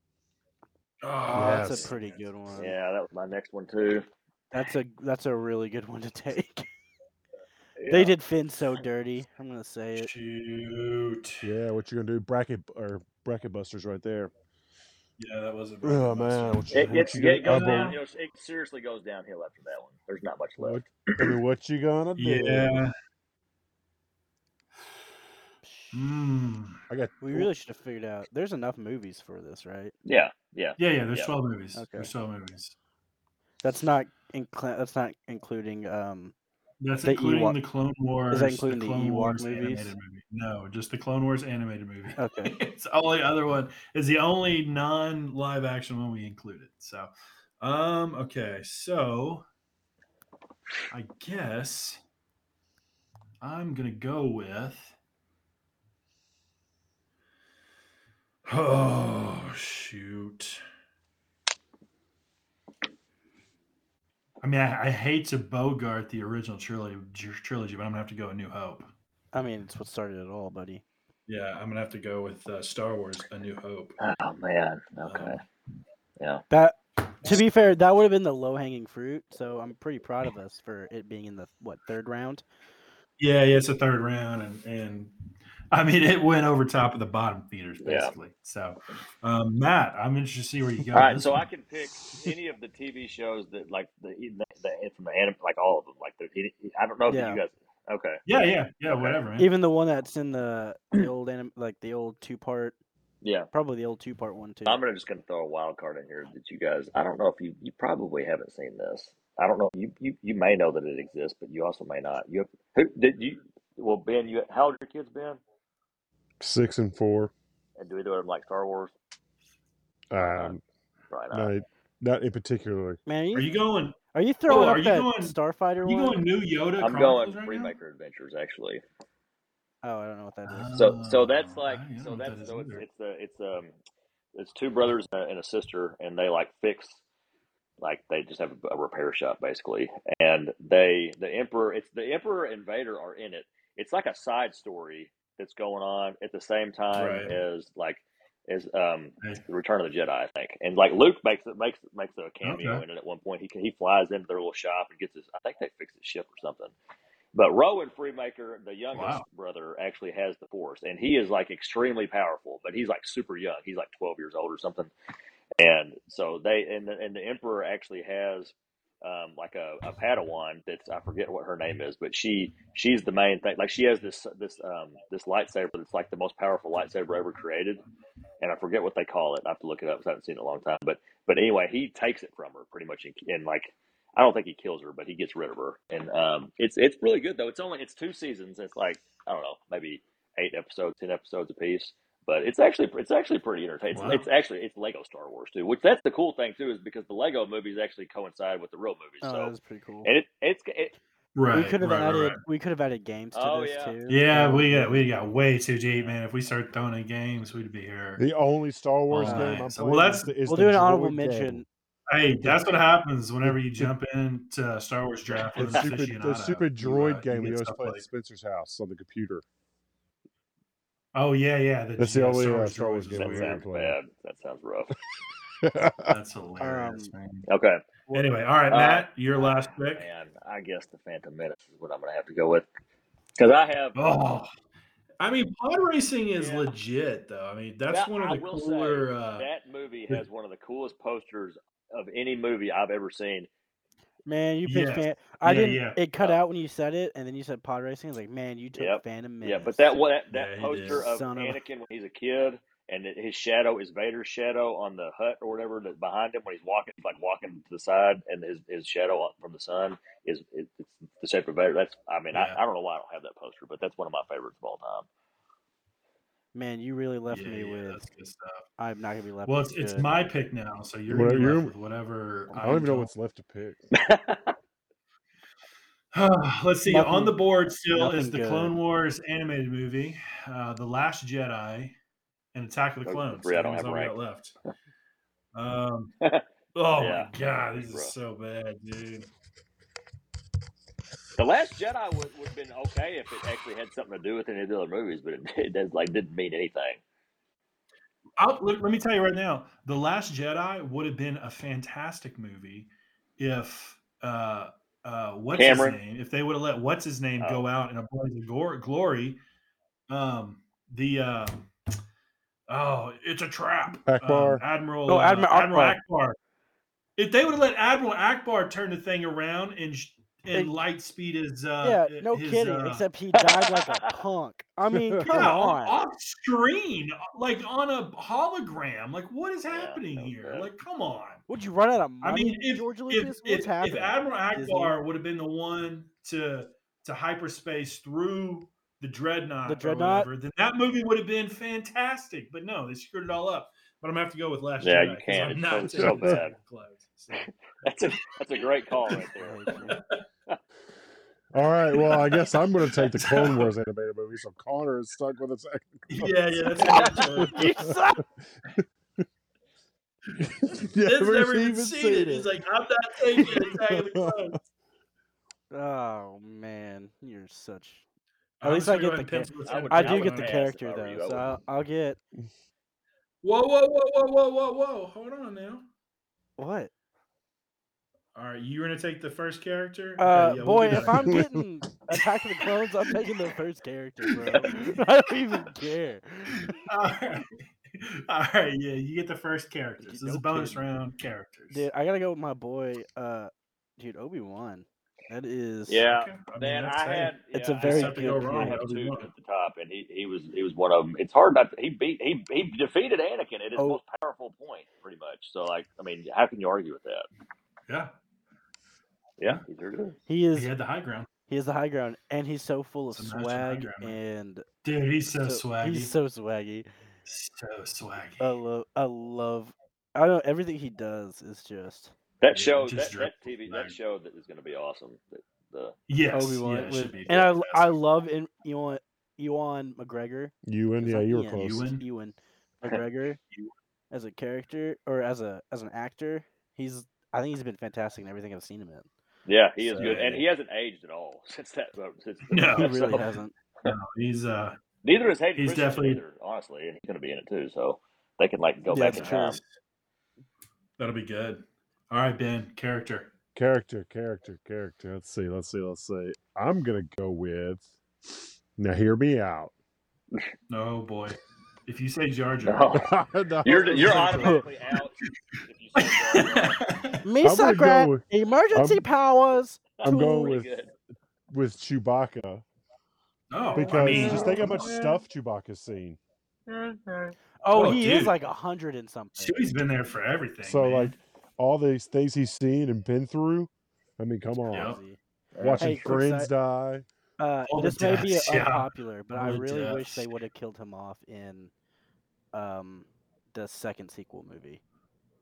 S4: Oh, that's
S3: Yes.
S4: a pretty good one.
S2: Yeah, that was my next one too.
S4: That's a that's a really good one to take.
S2: Yeah.
S4: They did Finn so dirty. I'm gonna say it.
S1: Shoot.
S3: Yeah, what you gonna do? Bracket or bracket busters right there.
S1: Yeah, that was a.
S3: Oh man, what you,
S2: It,
S3: what
S2: it's,
S3: you
S2: yeah, it
S3: gonna,
S2: goes
S1: I
S2: down.
S1: believe-
S2: You know, it seriously goes downhill after that one. There's not much
S3: what,
S2: left.
S3: I mean, what you gonna do?
S1: Yeah. Hmm.
S3: I got
S4: We really should have figured out. There's enough movies for this, right?
S2: Yeah, yeah.
S1: Yeah, yeah. There's
S2: Yeah.
S1: 12 movies.
S4: Okay.
S1: There's 12 movies.
S4: That's not incl- That's not including um
S1: That's
S4: The
S1: including
S4: Ewok-
S1: the Clone Wars.
S4: including the
S1: Clone
S4: Ewok
S1: Wars
S4: movies?
S1: animated movie. No, just the Clone Wars animated movie.
S4: Okay.
S1: it's the only other one. Is the only non-live action one we included. So, um, okay, so I guess I'm gonna go with. Oh shoot. I mean, I, I hate to Bogart the original trilogy, trilogy, but I'm gonna have to go with New Hope.
S4: I mean, it's what started it all, buddy.
S1: Yeah, I'm gonna have to go with uh, Star Wars: A New Hope.
S2: Oh man. Okay.
S1: Um,
S4: That, to be fair, that would have been the low hanging fruit. So I'm pretty proud of us for it being in the what third round.
S1: yeah, yeah, it's a third round, and and I mean it went over top of the bottom feeders
S2: Yeah.
S1: basically. So, um, Matt, I'm interested to see where you go.
S2: All right,
S1: with
S2: so I
S1: this
S2: can pick any of the TV shows that like the the, the from the anime, like all of them. Like the, I don't know if
S4: Yeah.
S2: you guys. Okay.
S1: one. Yeah, yeah, yeah,
S2: Okay.
S1: whatever. Man.
S4: Even the one that's in the, the old anim- like the old two part,
S2: Yeah.
S4: probably the old two part one too.
S2: I'm gonna just gonna throw a wild card in here that you guys. I don't know if you you probably haven't seen this. I don't know. You you, you may know that it exists, but you also may not. You have, who did you? Well, Ben, you how old are your kids, Ben?
S3: six and four.
S2: And do either of them like Star Wars?
S3: Um,
S2: Right.
S3: not, not in particular.
S4: Man, are
S1: Are
S4: you,
S1: you going?
S4: are you throwing
S1: are
S4: up
S1: you
S4: that
S1: going-
S4: Starfighter
S1: You
S4: one?
S1: going new Yoda?
S2: I'm going
S1: Chronicles right now?
S2: Freemaker Adventures actually.
S4: Oh, I don't know what that is.
S2: So
S1: Oh,
S2: so that's like
S1: I don't know
S2: so
S1: what that
S2: that's
S1: is
S2: so it's
S1: either.
S2: it's the it's um it's two brothers and a- and a sister and they like fix like they just have a repair shop basically and they the emperor it's the emperor and Vader are in it. It's like a side story that's going on at the same time
S1: Right.
S2: as like as um
S1: Right.
S2: the Return of the Jedi I think and like Luke makes it makes makes a cameo
S1: Okay.
S2: in it at one point he he flies into their little shop and gets his I think they fix his ship or something. But Rowan Freemaker, the youngest
S1: Wow.
S2: brother, actually has the force, and he is like extremely powerful. But he's like super young; he's like twelve years old or something. And so they and the, and the emperor actually has um, like a, a Padawan that's I forget what her name is, but she she's the main thing. Like she has this this um, this lightsaber that's like the most powerful lightsaber ever created, and I forget what they call it. I have to look it up because I haven't seen it in a long time. But but anyway, he takes it from her pretty much, and, and like I don't think he kills her, but he gets rid of her. And um, it's it's really good though. It's only it's two seasons. It's like I don't know, maybe eight episodes, ten episodes apiece. But it's actually it's actually pretty entertaining. It's-
S1: Wow.
S2: It's, actually it's Lego Star Wars too, which that's the cool thing too, is because the Lego movies actually coincide with the real movies.
S4: Oh,
S2: so
S4: that was pretty cool.
S2: and it, it's it,
S1: Right.
S4: we could have
S1: right, right,
S4: added
S1: right.
S4: we could have added games to
S2: Oh,
S4: this
S2: yeah.
S4: too.
S1: Yeah,
S4: so-
S1: we uh, got we got way too deep, man. If we start throwing in games, we'd be here.
S3: The only Star Wars
S1: All
S3: game
S1: right,
S3: I'm
S1: so
S3: playing
S1: well,
S3: is
S1: that's-
S3: the, is
S4: We'll
S3: the
S4: do an honorable
S3: droid
S4: mention.
S3: game.
S1: Hey, that's what happens whenever you jump into Star Wars draft.
S3: The
S1: with an
S3: stupid, the
S1: aficionado.
S3: stupid
S1: You,
S3: droid
S1: uh, you
S3: game we
S1: get
S3: always
S1: stuff
S3: play
S1: like-
S3: at Spencer's house on the computer.
S1: oh yeah, yeah.
S3: That's the
S1: yeah,
S3: only,
S1: Star
S3: uh,
S1: Wars
S3: Star
S1: droids
S3: Wars
S1: is
S3: game
S2: that
S3: we
S1: weird.
S3: ever
S2: sounds
S3: played.
S2: bad. That sounds rough.
S1: That's
S3: Um,
S1: hilarious. man.
S2: Okay.
S4: Well,
S1: Anyway, all right,
S2: Uh,
S1: Matt, your last pick.
S2: Man, I guess the Phantom Menace is what I'm going to have to go with because I have.
S1: Oh, I mean, pod racing is
S2: Yeah.
S1: legit, though. I mean, that's
S2: Now,
S1: one of
S2: I
S1: the
S2: will say
S1: cooler. uh,
S2: that movie
S1: the-
S2: has one of the coolest posters of any movie I've ever seen.
S4: man, you picked
S1: yes.
S4: fan. I
S1: Yeah,
S4: didn't.
S1: yeah.
S4: It cut
S2: Uh,
S4: out when you said it, and then you said pod racing. I was like, man, you took
S2: Yep.
S4: Phantom
S2: Yeah,
S4: Menace.
S2: but that what that
S1: Yeah, he
S2: poster
S1: did.
S2: of
S4: Son of a-
S2: Anakin when he's a kid and that his shadow is Vader's shadow on the hut or whatever that's behind him when he's walking, he's like walking to the side, and his, his shadow on- from the sun is is- it's the shape of Vader. That's I mean
S1: Yeah.
S2: I, I don't know why I don't have that poster, but that's one of my favorites of all time.
S4: man, you really left
S1: yeah,
S4: me
S1: yeah,
S4: with.
S1: that's good stuff.
S4: I'm not gonna be left.
S1: Well,
S4: with
S1: it's, it's
S4: good.
S1: my pick now, so you're
S3: Well,
S1: gonna be left
S3: you're-
S1: with whatever.
S3: I don't even know
S1: don't-
S3: what's left to pick.
S1: Let's see. on
S4: Nothing-
S1: the board still is
S4: nothing
S1: the
S4: good.
S1: Clone Wars animated movie, uh, The Last Jedi, and Attack of the
S2: Those are the
S1: Clones.
S2: three I
S1: think
S2: don't
S1: is
S2: have
S1: all we got left.
S2: ranked.
S1: Um, oh
S2: Yeah.
S1: my god, this is
S2: Rough.
S1: so bad, dude.
S2: The Last Jedi would would have been okay if it actually had something to do with any of the other movies, but it, it does like didn't mean anything.
S1: I'll, let, let me tell you right now, The Last Jedi would have been a fantastic movie if uh, uh, what's
S2: Cameron?
S1: his name? If they would have let what's his name
S4: Oh.
S1: go out in a blaze of gor- glory, um, the uh, oh, it's a trap, um,
S3: Akbar.
S1: Admiral,
S4: Oh,
S1: uh,
S4: Admiral
S1: Admiral,
S4: Akbar.
S1: Akbar. If they would have let Admiral Akbar turn the thing around and sh- and
S4: Hey.
S1: light speed his uh,
S4: yeah, no
S1: his,
S4: kidding.
S1: uh,
S4: Except he died like a punk. I mean, come
S1: yeah,
S4: on.
S1: off screen, uh, like on a hologram. Like, what is happening
S2: that was
S1: here?
S2: bad.
S1: Like, come on.
S4: Would you run out of
S1: I
S4: money,
S1: mean, if
S4: George
S1: if,
S4: Lucas?
S1: if,
S4: What's happening?
S1: if Admiral
S4: Disney?
S1: Akbar would have been the one to to hyperspace through the dreadnought,
S4: The
S1: or
S4: dreadnought?
S1: whatever, then that movie would have been fantastic. But no, they screwed it all up. But I'm gonna have to go with Last
S2: Yeah,
S1: Jedi.
S2: you
S1: 'cause
S2: can't.
S1: I'm
S2: It's
S1: not
S2: so- so
S1: taking Attack
S2: bad.
S1: of the Clones, so.
S2: That's a that's a great call right there.
S3: All right, well, I guess I'm going to take the
S1: So-
S3: Clone Wars animated movie, so Connor is stuck with a second.
S1: Yeah, yeah, that's a good choice.
S4: You suck.
S1: That's never even seen, it. He's like, I'm not taking Attack of the Clones.
S4: Oh man, you're such. At
S1: I'm
S4: least
S1: just
S4: I
S1: gonna go ahead
S4: get the
S1: and pencil this
S2: I
S1: in.
S2: would-
S4: I
S2: Yeah,
S4: do
S2: would
S4: get the
S2: pass if
S4: character
S2: I were you.
S4: though,
S2: I
S4: so
S2: would.
S4: I'll, I'll get
S1: Whoa, whoa, whoa, whoa, whoa, whoa, whoa! Hold on now.
S4: what?
S1: All right, you were gonna take the first character. Okay,
S4: Uh,
S1: yeah, we'll
S4: boy,
S1: do
S4: if
S1: that.
S4: I'm getting Attack of the Clones, I'm taking the first character, bro. I don't even care.
S1: All right. All right, yeah, you get the first characters. This is a
S4: No
S1: bonus
S4: kidding.
S1: round characters.
S4: Dude, I gotta go with my boy. Uh, dude, Obi Wan. That is.
S2: Yeah,
S1: Okay, I mean,
S2: Uh, man,
S1: that's
S2: I
S1: safe.
S2: had.
S4: It's
S2: yeah,
S4: a
S2: I
S4: very
S2: had
S4: good
S2: two- I
S4: pick.
S2: had
S1: That'll be
S2: two
S1: one.
S2: at the top, and he, he was he was one of them. It's hard not. To, he beat he he defeated Anakin at his
S4: Oh.
S2: most powerful point, pretty much. So like, I mean, how can you argue with that?
S1: Yeah,
S2: Yeah, he sure did.
S4: He
S1: he
S4: is.
S1: had the high ground.
S4: He is the high ground, and he's so full of
S1: It's a master high
S4: swag
S1: ground,
S4: and
S1: Dude, he's so, swaggy.
S4: He's so swaggy.
S1: so swaggy.
S4: I love. I love. I don't. Everything he does is just.
S2: That
S1: Yeah,
S2: show
S1: just
S2: that, that
S1: drip.
S2: TV
S1: Like-
S2: that show that is going to be awesome. The, the
S1: yes,
S4: Obi-Wan
S1: yeah, it
S4: with-
S1: should be
S4: and I l- I
S1: fantastic.
S4: love in Ewan Ewan McGregor.
S3: You and
S4: It's
S3: yeah,
S4: not
S3: you were
S4: Ian,
S3: close.
S1: Ewan.
S4: Ewan McGregor
S1: Ewan.
S4: as a character or as a as an actor. He's I think he's been fantastic in everything I've seen him in.
S2: yeah, he is
S4: So-
S2: good, and he hasn't aged at all since that. uh, Since
S1: No.
S4: He
S1: Yeah,
S4: really
S2: so-
S4: hasn't.
S1: No, he's uh,
S2: Neither is Hayden.
S1: He's
S2: Christensen
S1: definitely-
S2: either, honestly, and he's going to be in it too. So they can like go
S4: Yeah,
S2: back in
S4: that's
S2: time.
S4: true.
S1: that'll be good. All right, Ben, character.
S3: Character, character, character. Let's see, let's see, let's see. I'm gonna go with. Now, hear me out.
S1: No boy, if you say Jar Jar.
S2: No.
S3: No.
S2: You're you're automatically out. If you say Jar Jar.
S3: I'm gonna
S4: Misakrat,
S3: go with,
S4: emergency
S3: I'm-
S4: powers.
S3: I'm going
S2: Pretty
S3: with
S2: good.
S3: with Chewbacca
S1: no, Oh, I
S3: because
S1: mean,
S3: just think how much
S1: come on.
S3: stuff Chewbacca's seen.
S4: Oh,
S1: Oh,
S4: he is
S1: dude.
S4: like a hundred and something.
S1: Chewie's been there for everything.
S3: So
S1: man.
S3: like all these things he's seen and been through. I mean, come on,
S1: Yep.
S4: Crazy.
S3: watching
S4: Hey, quick
S3: friends
S4: side-
S3: die.
S4: Uh,
S1: All the
S4: this may be
S1: deaths, yeah.
S4: unpopular, but I
S1: All the
S4: really wish
S1: deaths.
S4: they would have killed him off in um the second sequel movie.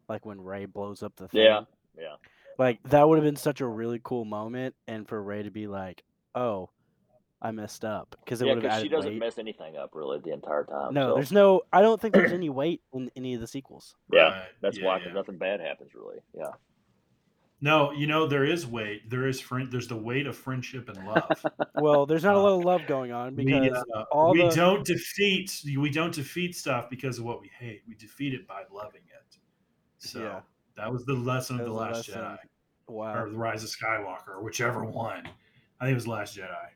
S4: Like when Ray blows up the thing.
S2: Yeah, yeah.
S4: Like that would have been such a really cool moment and for Ray to be like, "Oh, I messed up." Cuz it
S2: Yeah,
S4: would have
S2: because
S4: added
S2: she doesn't
S4: weight.
S2: mess anything up really the entire time.
S4: no,
S2: so,
S4: there's no I don't think there's any weight in any of the sequels.
S2: yeah,
S1: Right,
S2: that's
S1: yeah,
S2: why 'cause
S1: yeah.
S2: nothing bad happens really. Yeah,
S1: No, you know there is weight. There is friend. There's the weight of friendship and love.
S4: Well, there's not a
S1: Uh,
S4: lot of love going on
S1: we,
S4: because
S1: uh,
S4: all
S1: we
S4: the-
S1: don't defeat we don't defeat stuff because of what we hate. We defeat it by loving it. So
S4: Yeah.
S1: that was the lesson of
S4: That
S1: the
S4: was
S1: Last
S4: the lesson.
S1: Jedi
S4: wow.
S1: or the Rise of Skywalker or whichever one. I think it was Last Jedi.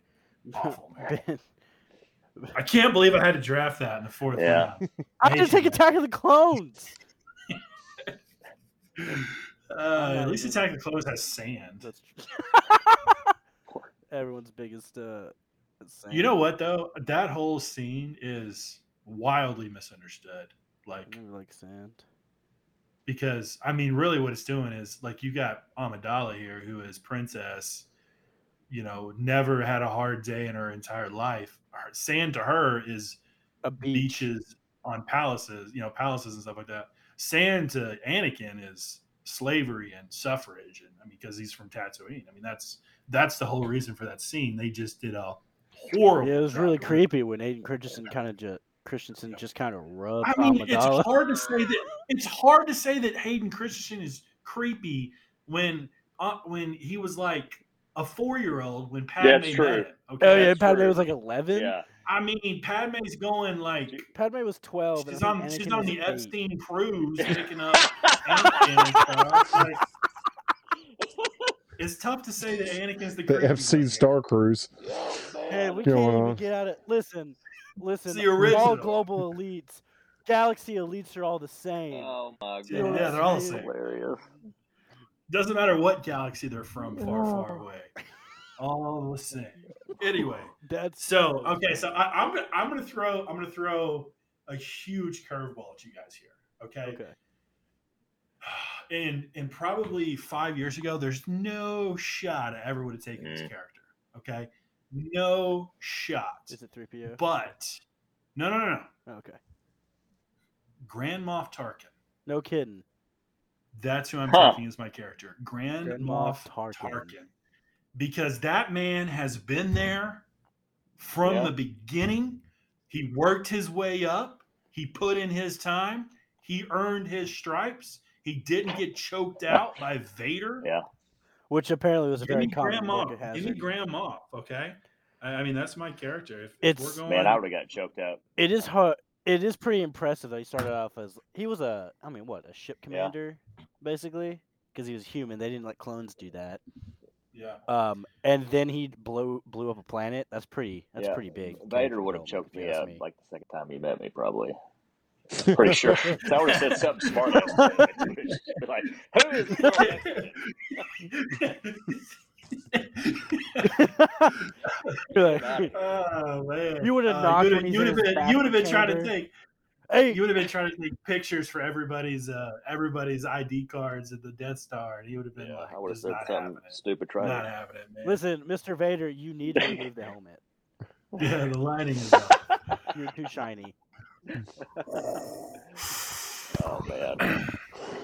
S1: Awful man.
S4: Ben-
S1: I can't believe I had to draft that in the fourth
S2: Yeah.
S1: round.
S4: I had to
S1: Amazing,
S4: take
S1: man.
S4: Attack of the Clones.
S1: Uh, at
S4: not
S1: least
S4: even-
S1: Attack of the Clones has sand.
S4: That's true. Everyone's biggest. Uh, saying.
S1: You know what though? That whole scene is wildly misunderstood. Like
S4: Maybe like sand.
S1: because I mean, really, what it's doing is like you got Amidala here, who is princess, you know, never had a hard day in her entire life. Her- Sand to her is
S4: A beach.
S1: beaches on palaces, you know, palaces and stuff like that. Sand to Anakin is slavery and suffrage, and I mean, because he's from Tatooine. I mean, that's that's the whole reason for that scene. They just did a horrible.
S4: Yeah, it was really
S1: job.
S4: creepy when Aiden Christensen kind of just Christensen just kind of rubbed. Oh,
S1: I mean, it's
S4: Amidala.
S1: hard to say that it's hard to say that Hayden Christensen is creepy when uh, when he was like a four year old when Padme
S2: That's
S1: met
S2: true.
S1: him. Okay,
S4: Oh yeah,
S2: That's
S4: Padme
S2: true.
S4: was like eleven.
S2: yeah.
S1: I mean Padme's going like
S4: Padme was twelve. and
S1: she's
S4: Oh, I
S1: on
S4: think
S1: she's
S4: Anakin
S1: on
S4: was
S1: the
S4: eight.
S1: Epstein cruise picking up. Anakin and stuff. Like, it's tough to say that Anakin's the
S3: The
S1: creepy one
S3: FC
S1: here.
S3: Star Cruise.
S4: Hey, we
S3: Go
S4: can't
S3: on.
S4: even get out of. Listen, listen.
S1: the
S4: All
S1: original.
S4: global elites, galaxy elites are all the same.
S1: Uh,
S2: Oh my
S1: Yeah,
S2: god,
S1: they're all sick.
S2: hilarious.
S1: Doesn't matter what galaxy they're from, far far
S4: Oh.
S1: away. All the same. Anyway.
S4: That's
S1: So okay, so I, I'm gonna I'm gonna throw I'm gonna throw a huge curveball at you guys here. Okay.
S4: okay.
S1: And and probably five years ago, there's no shot I ever would have taken this
S2: Mm.
S1: character. Okay. No shot.
S4: Is it three PO?
S1: But no no no no.
S4: Okay.
S1: Grand Moff Tarkin.
S4: No kidding.
S1: That's who I'm
S2: Huh.
S1: taking as my character. Grand,
S4: Grand
S1: Moff
S4: Moff
S1: Tarkin.
S4: Tarkin.
S1: Because that man has been there from
S2: Yeah.
S1: the beginning. He worked his way up. He put in his time. He earned his stripes. He didn't get choked out by Vader.
S2: Yeah.
S4: Which apparently was a
S1: Give
S4: very
S1: me
S4: common
S1: Grand
S4: market
S1: Moff. Give me
S4: hazard.
S1: Grand Moff. Okay. I, I mean, that's my character. If, if we're
S4: It's-
S1: going,
S2: Man, I would have got choked up.
S4: It is hard. It is pretty impressive that he started off as he was a, I mean, what a ship commander, basically, because he was human. They didn't let clones do that.
S1: yeah.
S4: Um, and then he blew blew up a planet. That's pretty. That's
S2: Yeah,
S4: pretty big.
S2: Vader
S4: character
S2: would have
S4: development,
S2: choked
S4: if you
S2: me
S4: ask
S2: up like the second time he met me, probably. Pretty sure. so I would have said something smart. next time. Be like, who is this little Mexican?"
S4: You're
S2: Get outta
S4: like,
S2: here.
S1: Oh man!
S4: You would've
S1: Uh,
S4: knocked
S1: You
S4: when he's
S1: would
S4: in
S1: have been.
S4: his back
S1: You would have been trying to
S4: chamber.
S1: think.
S4: hey,
S1: You would have been trying to take pictures for everybody's uh, everybody's ID cards at the Death Star, and he would have been
S2: Yeah,
S1: like,
S2: I would have
S1: "Just
S2: said
S1: not having
S2: something
S1: it,
S2: stupid.
S1: not
S2: Trying.
S1: having it, man."
S4: listen, Mr. Vader, you need to remove the helmet.
S1: Yeah, the lighting is off.
S4: You're too shiny.
S2: Oh man.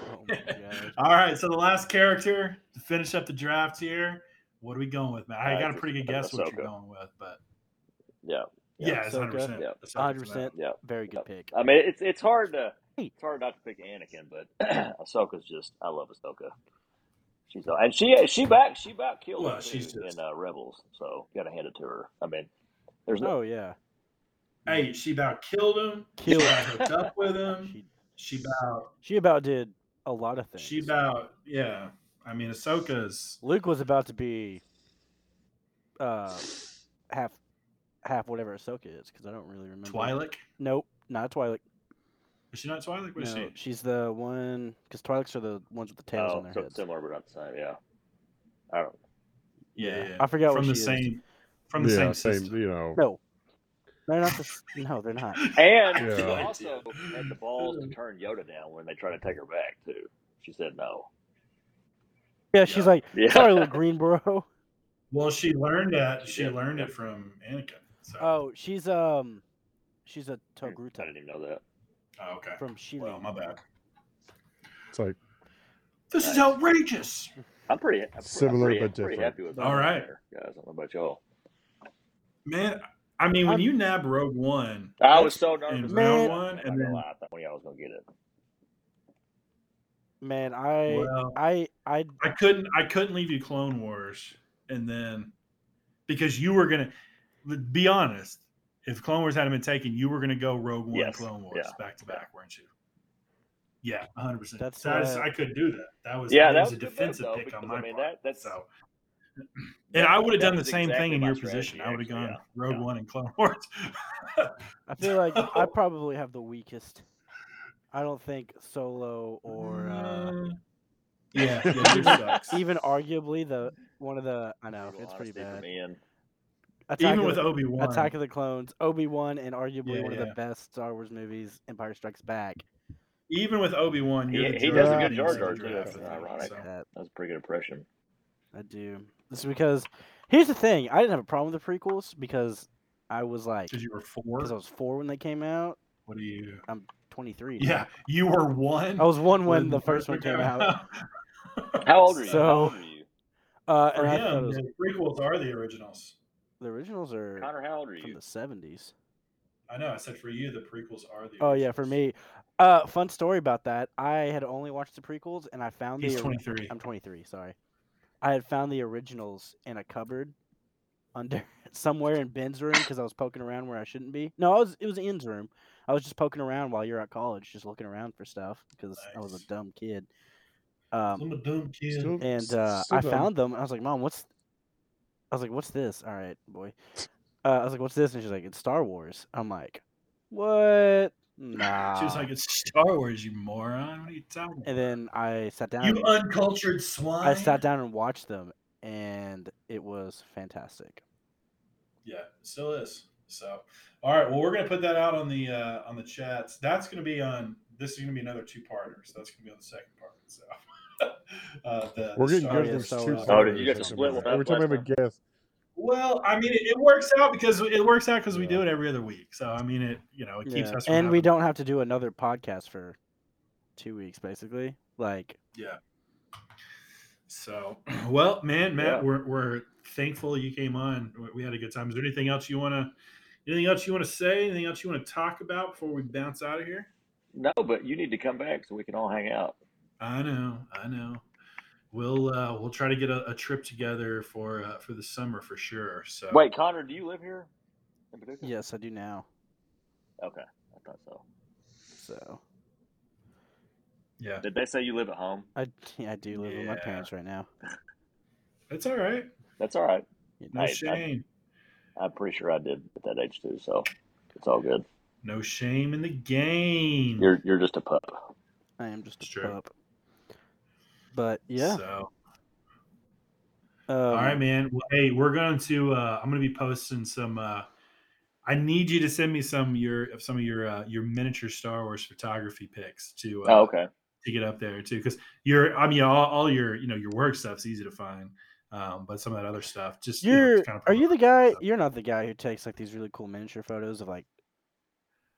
S4: Oh my gosh.
S1: All right, so the last character to finish up the draft here. What are we going with, man? I
S2: Uh,
S1: got a pretty good guess what you're
S2: Ahsoka.
S1: going with, but
S2: Yeah.
S1: yeah, it's
S4: Ahsoka.
S1: hundred percent.
S2: Yeah. Yeah.
S4: 100%. Very good pick.
S2: I mean, it's it's hard to
S4: Hey.
S2: it's hard not to pick Anakin, but Ahsoka's just I love Ahsoka. She's and she she back she back killed
S1: Well,
S2: him, too,
S1: she's just-
S2: in uh, Rebels, so gotta hand it to her. I mean, there's no
S4: Oh yeah.
S1: Hey, she about killed him.
S4: Killed
S1: She about
S4: him.
S1: hooked up with him.
S4: She
S1: She about.
S4: she about did a lot of things.
S1: Um, She about. Yeah. I mean, Ahsoka's.
S4: Luke was about to be uh half half whatever Ahsoka is because I don't really remember.
S1: Twi'lek?
S4: Nope, not Twi'lek.
S1: Is she not Twi'lek? What is
S4: No,
S1: she?
S4: she's the one because Twi'leks are the ones with the tails
S2: oh,
S4: on their
S2: so
S4: heads.
S2: similar but not the same. Yeah, I don't.
S1: Yeah, yeah, yeah.
S4: I forgot
S1: from
S4: what
S1: the
S4: she is.
S1: same from the
S3: yeah,
S1: same system.
S3: you know.
S4: No, They're not. The, s- no, they're not.
S2: And she
S3: Yeah.
S2: also had the balls to turn Yoda down when they tried to take her back too. She said no.
S4: Yeah, she's like,
S2: Yeah.
S4: sorry, little green bro.
S1: Well, she learned that. She
S2: Yeah.
S1: learned it from Anakin. So.
S4: Oh, she's um, she's a
S2: I
S4: Togruta
S2: didn't even know that.
S1: Oh, okay.
S4: from Shimi.
S1: Well, my bad.
S3: It's like
S1: This is outrageous.
S2: I'm pretty, I'm pretty- I'm
S3: Similar
S2: pretty-
S3: but
S2: pretty
S3: different.
S2: happy with that.
S1: All right.
S2: there, guys. I don't know about y'all.
S1: Man, I mean, when
S4: I'm-
S1: you nab Rogue One
S2: I was so
S1: in
S2: nervous.
S1: round
S4: Man.
S1: one,
S2: I'm not
S1: and
S2: gonna
S1: then
S2: lie, I thought one of y'all was gonna get it.
S4: Man, I,
S1: well,
S4: I, I,
S1: I couldn't I couldn't leave you Clone Wars and then because you were gonna be honest, if Clone Wars hadn't been taken, you were gonna go Rogue One
S2: Yes,
S1: Clone Wars
S2: yeah.
S1: back to back, weren't you? Yeah, hundred percent.
S4: That's
S1: so I, just-
S4: why-
S1: I couldn't do that. That was
S2: Yeah,
S1: that,
S2: that
S1: was,
S2: was
S1: a
S2: a good move,
S1: defensive
S2: though,
S1: pick on
S2: because,
S1: my
S2: I mean,
S1: part.
S2: that- that's-
S1: so and
S2: That
S1: I
S2: was-
S1: would have
S2: that
S1: done the
S2: was
S1: same
S2: exactly
S1: thing in
S2: my
S1: your
S2: strategy,
S1: position. I would have
S2: actually,
S1: gone
S2: yeah.
S1: Rogue
S2: Yeah.
S1: One and Clone Wars.
S4: I feel like I probably have the weakest. I don't think Solo or uh,
S1: Mm, yeah, yeah, yours sucks.
S4: even arguably the one of the. I know
S2: Brutal
S4: it's pretty
S2: honesty from
S4: bad.
S2: Ian.
S4: Attack
S1: even
S4: of
S1: with
S4: the-
S1: Obi Wan.
S4: Attack of the Clones, Obi Wan, and arguably
S1: Yeah,
S4: one of
S1: yeah.
S4: the best Star Wars movies, Empire Strikes Back.
S1: even with Obi Wan,
S2: He-
S1: you're the
S2: he
S1: Jar
S3: does a
S1: Jar
S3: good
S1: Binks
S4: Jar
S1: of the
S4: Jar too,
S1: draft,
S4: that's
S1: I think,
S2: ironic.
S1: so.
S4: That
S2: That was a pretty good impression.
S4: I do. This is because here's the thing. I didn't have a problem with the prequels because I was like,
S1: Because you were
S4: because I
S1: four.
S4: was four when they came out.
S1: What are you?
S4: I'm 23. now.
S1: Yeah, you were one.
S4: I was one when the first one came out.
S2: How old are you?
S4: So-
S2: How old are you?
S4: Uh,
S1: For
S4: and I thought it
S1: him,
S4: was,
S1: the prequels are the originals.
S4: the originals are
S2: Connor, how old are
S4: from
S2: you?
S4: the 70s.
S1: I know. I said for you, the prequels are the.
S4: Oh yeah, for
S1: originals.
S4: me. Uh, fun story about that. I had only watched the prequels, and I found
S1: he's
S4: the. ori-
S1: twenty three.
S4: I'm 23. Sorry, I had found the originals in a cupboard under somewhere in Ben's room because I was poking around where I shouldn't be. No, I was. It was Ian's room. I was just poking around while you're at college, just looking around for stuff because I was a
S1: Nice.
S4: dumb kid. Um,
S1: I'm a dumb kid.
S3: still-
S4: and
S3: s-
S4: uh,
S3: still
S4: I
S3: dumb.
S4: found them. And I was like, "Mom, what's?" I was like, "What's this?" All right, boy. Uh, I was like, "What's this?" And she's like, "It's Star Wars." I'm like, "What?" Nah.
S1: She was
S4: Ah,
S1: like, "It's Star Wars, you moron! What are you talking
S4: and then I sat down.
S1: about? You
S4: and-
S1: uncultured swine!"
S4: I sat down and watched them, and it was fantastic.
S1: Yeah, it still is. So, all right. Well, we're gonna put that out on the uh, on the chats. That's gonna be on. This is gonna be another two parter. So that's gonna be on the second part. So. Uh, the,
S3: we're
S1: the
S3: getting
S1: Star
S3: good at
S1: Wars
S3: those
S4: so,
S3: two.
S4: uh,
S2: Oh, did you get
S3: segments
S2: to split one up
S3: every time I have a
S2: last
S3: guest.
S1: Well, I mean, it, it works out because it works out because we do
S3: Yeah.
S1: it every other week. So I mean, it you know it keeps
S4: Yeah,
S1: us from
S4: and we
S1: having-
S4: don't have to do another podcast for two weeks, basically. Like,
S1: So well, man, Matt,
S2: Yeah.
S1: we're, we're thankful you came on. We- We had a good time. Is there anything else you wanna anything else you wanna say? Anything else you wanna talk about before we bounce out of here?
S2: No, but you need to come back so we can all hang out.
S1: I know, I know. We'll uh, we'll try to get a, a trip together for uh, for the summer for sure. So
S2: Wait, Connor, do you live here? In Paducah?
S4: yes, I do now.
S2: Okay, I thought so.
S4: So
S1: yeah,
S2: Did they say you live at home?
S4: I, yeah, I do live with my
S1: Yeah.
S4: parents right now.
S1: it's all right.
S2: That's all right.
S4: You
S1: No
S2: I- I-
S1: shame,
S2: I'm pretty sure I did at that age too, so it's all good.
S1: no shame in the game.
S2: You're you're just a pup.
S4: I am just
S1: It's
S4: a
S1: true.
S4: pup. But yeah,
S1: So.
S4: um,
S1: All right, man. Well, hey, we're going to. Uh, I'm going to be posting some. Uh, I need you to send me some of your of some of your uh, your miniature Star Wars photography pics to uh,
S2: Oh, okay.
S1: to get up there too, because your I mean all, all your you know your work stuff's easy to find, um, but some of that other stuff just you know,
S4: you're
S1: to kinda
S4: are you the
S1: promote.
S4: guy?
S1: so-
S4: You're not the guy who takes like these really cool miniature photos of like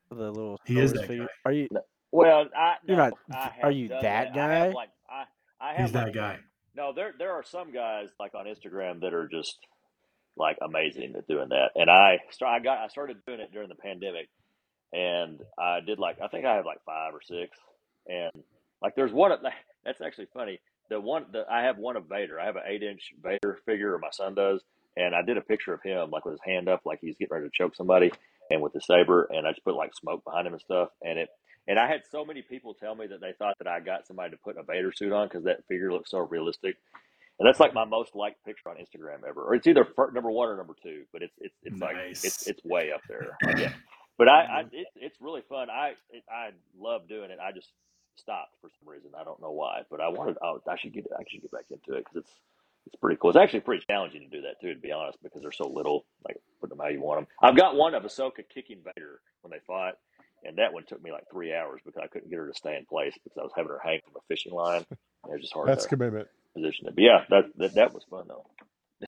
S4: the little.
S1: He
S4: Star
S1: is
S4: Wars
S1: that
S4: figure.
S1: guy.
S4: Are you?
S2: Well, I
S4: You're
S2: no,
S4: not-
S2: I
S4: are
S2: have
S4: you
S2: done I
S4: that
S2: have,
S4: guy?
S2: like I, I have
S1: He's
S2: like,
S1: that guy.
S2: No, there there are some guys like on Instagram that are just like amazing at doing that. And I start I got I started doing it during the pandemic, and I did like I think I had like five or six. And like there's one of that's actually funny. The one that I have one of Vader. I have an eight inch Vader figure, or my son does, and I did a picture of him like with his hand up, like he's getting ready to choke somebody, and with the saber, and I just put like smoke behind him and stuff, and it. And I had so many people tell me that they thought that I got somebody to put a Vader suit on because that figure looks so realistic. And that's like my most liked picture on Instagram ever, or it's either fir- number one or number two, but it's it's it's like
S1: Nice.
S2: it's it's way up there. Like, yeah. But I,
S1: Mm-hmm.
S2: I it's it's really fun. I it, I love doing it. I just oh, stopped for some reason. I don't know why, but I wanted. I, I should get I should get back into it because it's it's pretty cool. It's actually pretty challenging to do that too, to be honest, because they're so little. Like put them how you want them. I've got one of Ahsoka kicking Vader when they fought, and that one took me like three hours because I couldn't get her to stay in place because I was having her hang from a fishing line. and It was just hard.
S3: That's
S2: to
S3: commitment.
S2: position it. But yeah, that that, that was fun though.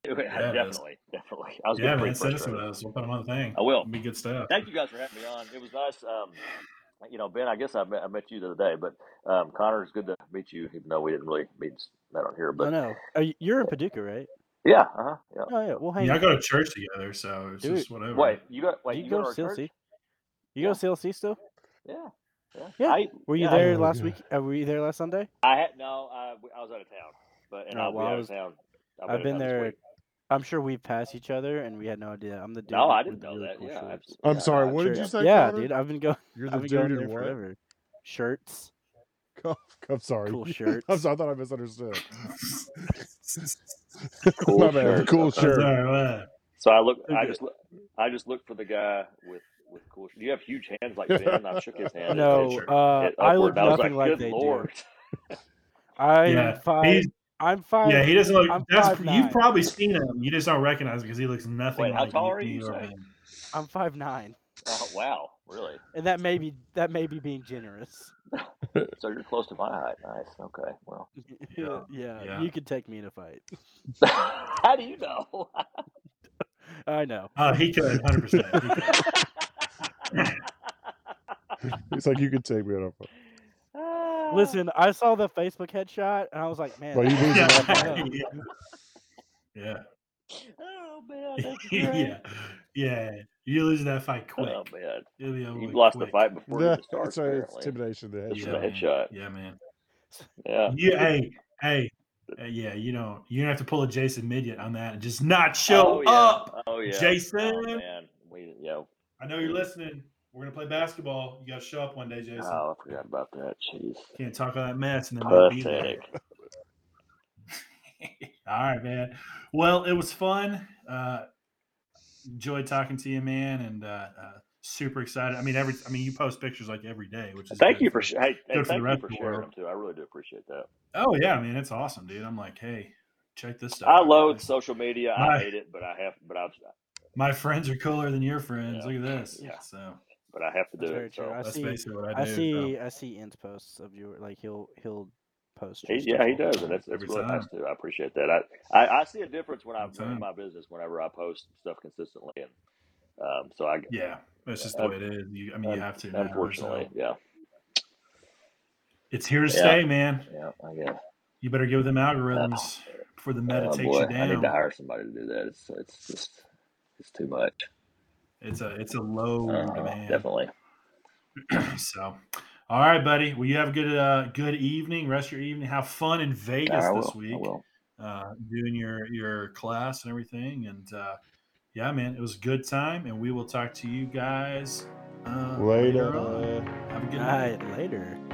S1: Yeah, it is.
S2: definitely, definitely. I was
S1: yeah,
S2: getting
S1: man,
S2: pretty
S1: send us some
S2: frustrated.
S1: of those. We'll put them on the thing.
S2: I will.
S1: It'll be good stuff.
S2: Thank you guys for having me on. It was nice. Um, you know, Ben, I guess I met, I met you the other day, but um, Connor, it's good to meet you, even though we didn't really meet met on here.
S4: I
S2: But
S4: know. Are you, you're in Paducah, right?
S2: yeah, uh-huh, yeah.
S4: Oh yeah, we'll hang.
S1: yeah, I
S4: out.
S1: go to church together, so it's
S4: Dude,
S1: just whatever.
S2: Wait, you got
S4: Do
S2: wait,
S4: you,
S2: you, go
S4: go
S2: to our
S4: to CLC?
S2: church?
S4: You go to CLC still?
S2: Yeah, yeah.
S4: Yeah.
S2: I,
S4: Were you
S2: yeah,
S4: there
S1: Oh,
S4: last
S1: yeah.
S4: week? Uh, were you there last Sunday?
S2: I had no. I, I was out of town, but and
S4: Oh,
S2: I'll
S4: well, I
S2: be out
S4: was-
S2: of town. I'll be out
S4: I've
S2: of
S4: been
S2: town this
S4: there.
S2: week.
S4: I'm sure we've passed each other, and we had no idea. I'm the dude.
S2: No,
S4: with
S2: I
S4: the
S2: didn't know
S4: really
S2: that.
S4: cool
S2: Yeah,
S4: shorts.
S2: absolutely.
S3: I'm
S2: Yeah,
S3: sorry.
S2: I-
S3: What did
S4: Sure.
S3: you say?
S4: Yeah,
S3: Connor?
S4: dude. I've been going.
S3: You're the
S4: I've been
S3: dude
S4: going there
S3: in what?
S4: forever. Shirts.
S3: I'm, I'm sorry.
S4: Cool
S3: I'm
S4: shirts.
S3: sorry. I thought I misunderstood.
S2: Cool
S3: My bad.
S2: shirts, uh,
S3: Cool
S2: okay.
S3: shirt.
S1: Sorry, what?
S2: So I look.
S4: They're
S2: I
S4: good.
S2: just. look- I just looked for the guy with with cool. Do you have huge hands like Ben? And I shook his hand. and it
S4: No,
S2: hit-
S4: uh,
S2: hit
S4: I
S2: upward,
S4: look
S2: and I was
S4: nothing like
S2: like,
S4: they
S2: good
S4: do.
S2: lord.
S4: I
S1: Yeah,
S4: am five.
S1: he's-
S4: I'm five.
S1: yeah, he doesn't look.
S4: I'm
S1: that's, you've
S4: 5'9".
S1: probably seen him. You just don't recognize him because he looks nothing
S2: Wait,
S1: like
S2: how tall are
S1: me
S2: you,
S1: or
S2: sir?
S1: him.
S4: I'm five nine,
S2: Oh, wow, really?
S4: and that may be that may be being generous.
S2: So you're close to my height. Nice. Okay. Well,
S1: Yeah,
S4: yeah,
S1: yeah.
S4: You could take me in a fight.
S2: how do you know?
S4: I know.
S1: Oh, he could, hundred percent.
S3: It's like you could take me on.
S4: Listen, I saw the Facebook headshot, and I was like, man.
S3: Well, you
S4: that's
S3: lose
S4: the
S1: Yeah,
S3: an
S4: one I
S1: yeah,
S4: know.
S2: Oh man, that's great.
S1: yeah, yeah. You lose that fight quick.
S2: Oh man,
S1: It'll be over
S2: you
S1: with
S2: lost
S1: quick.
S2: the fight before
S3: Yeah,
S2: it starts.
S3: it's, a- it's
S2: Apparently,
S3: intimidation. The
S2: It's
S3: headshot.
S2: a
S1: man.
S2: headshot.
S1: Yeah, man.
S2: yeah.
S1: You, hey, hey, uh, yeah. You don't. You don't have to pull a Jason Midyat on that and just not show
S2: oh, yeah.
S1: up.
S2: Oh yeah,
S1: Jason.
S2: Oh, man, we yeah.
S1: I know you're listening. We're gonna play basketball. You gotta show up one day, Jason.
S2: Oh, I forgot about that. Jeez,
S1: Can't talk all that mess and then not be there.
S2: pathetic.
S1: All right, man. Well, it was fun. Uh, enjoyed talking to you, man, and uh, uh, super excited. I mean, every I mean, you post pictures like every day, which is
S2: Thank
S1: good
S2: you for sh- hey, hey,
S1: good for the
S2: thank you
S1: rest
S2: for
S1: of the
S2: sharing
S1: world.
S2: them too. I really do appreciate that.
S1: Oh yeah, I mean, it's awesome, dude. I'm like, hey, check this stuff.
S2: I
S1: out,
S2: loathe
S1: guys.
S2: social media.
S1: My-
S2: I hate it, but I have, but I've,
S1: My friends are cooler than your friends.
S2: Yeah.
S1: Look at this.
S2: Yeah.
S1: So
S2: but I have to
S4: That's
S2: do
S4: very
S2: it.
S4: true.
S2: So
S4: I
S1: that's
S4: see-
S1: basically what I
S4: I
S1: do. so-
S4: see. I see end posts of your like he'll he'll post. your
S2: He, yeah,
S4: stuff
S2: he
S4: all the
S2: does,
S4: time.
S2: and that's, that's
S1: Every
S2: really
S1: time.
S2: nice too. I appreciate that. I, I, I see a difference when I
S1: Every
S2: run
S1: time.
S2: my business whenever I post stuff consistently, and um, so I,
S1: Yeah, that's just the
S2: Un-
S1: way it is. You, I mean, you have to. now, so-
S2: unfortunately, yeah,
S1: it's here to
S2: Yeah.
S1: stay, man.
S2: yeah, I uh, guess.
S1: You better get with them algorithms before the meta
S2: Oh
S1: takes
S2: boy,
S1: you
S2: I need to
S1: down.
S2: hire somebody to do that. It's, it's just, it's too much.
S1: It's a it's a low
S2: Uh,
S1: demand.
S2: definitely.
S1: so, all right, buddy. Well, you have a good uh, good evening. Rest of your evening. Have fun in Vegas
S2: I will.
S1: this week.
S2: I will.
S1: Uh, doing your your class and everything. And uh, yeah, man, it was a good time. And we will talk to you guys uh,
S3: Later.
S1: on. Have a good night.
S4: Night later.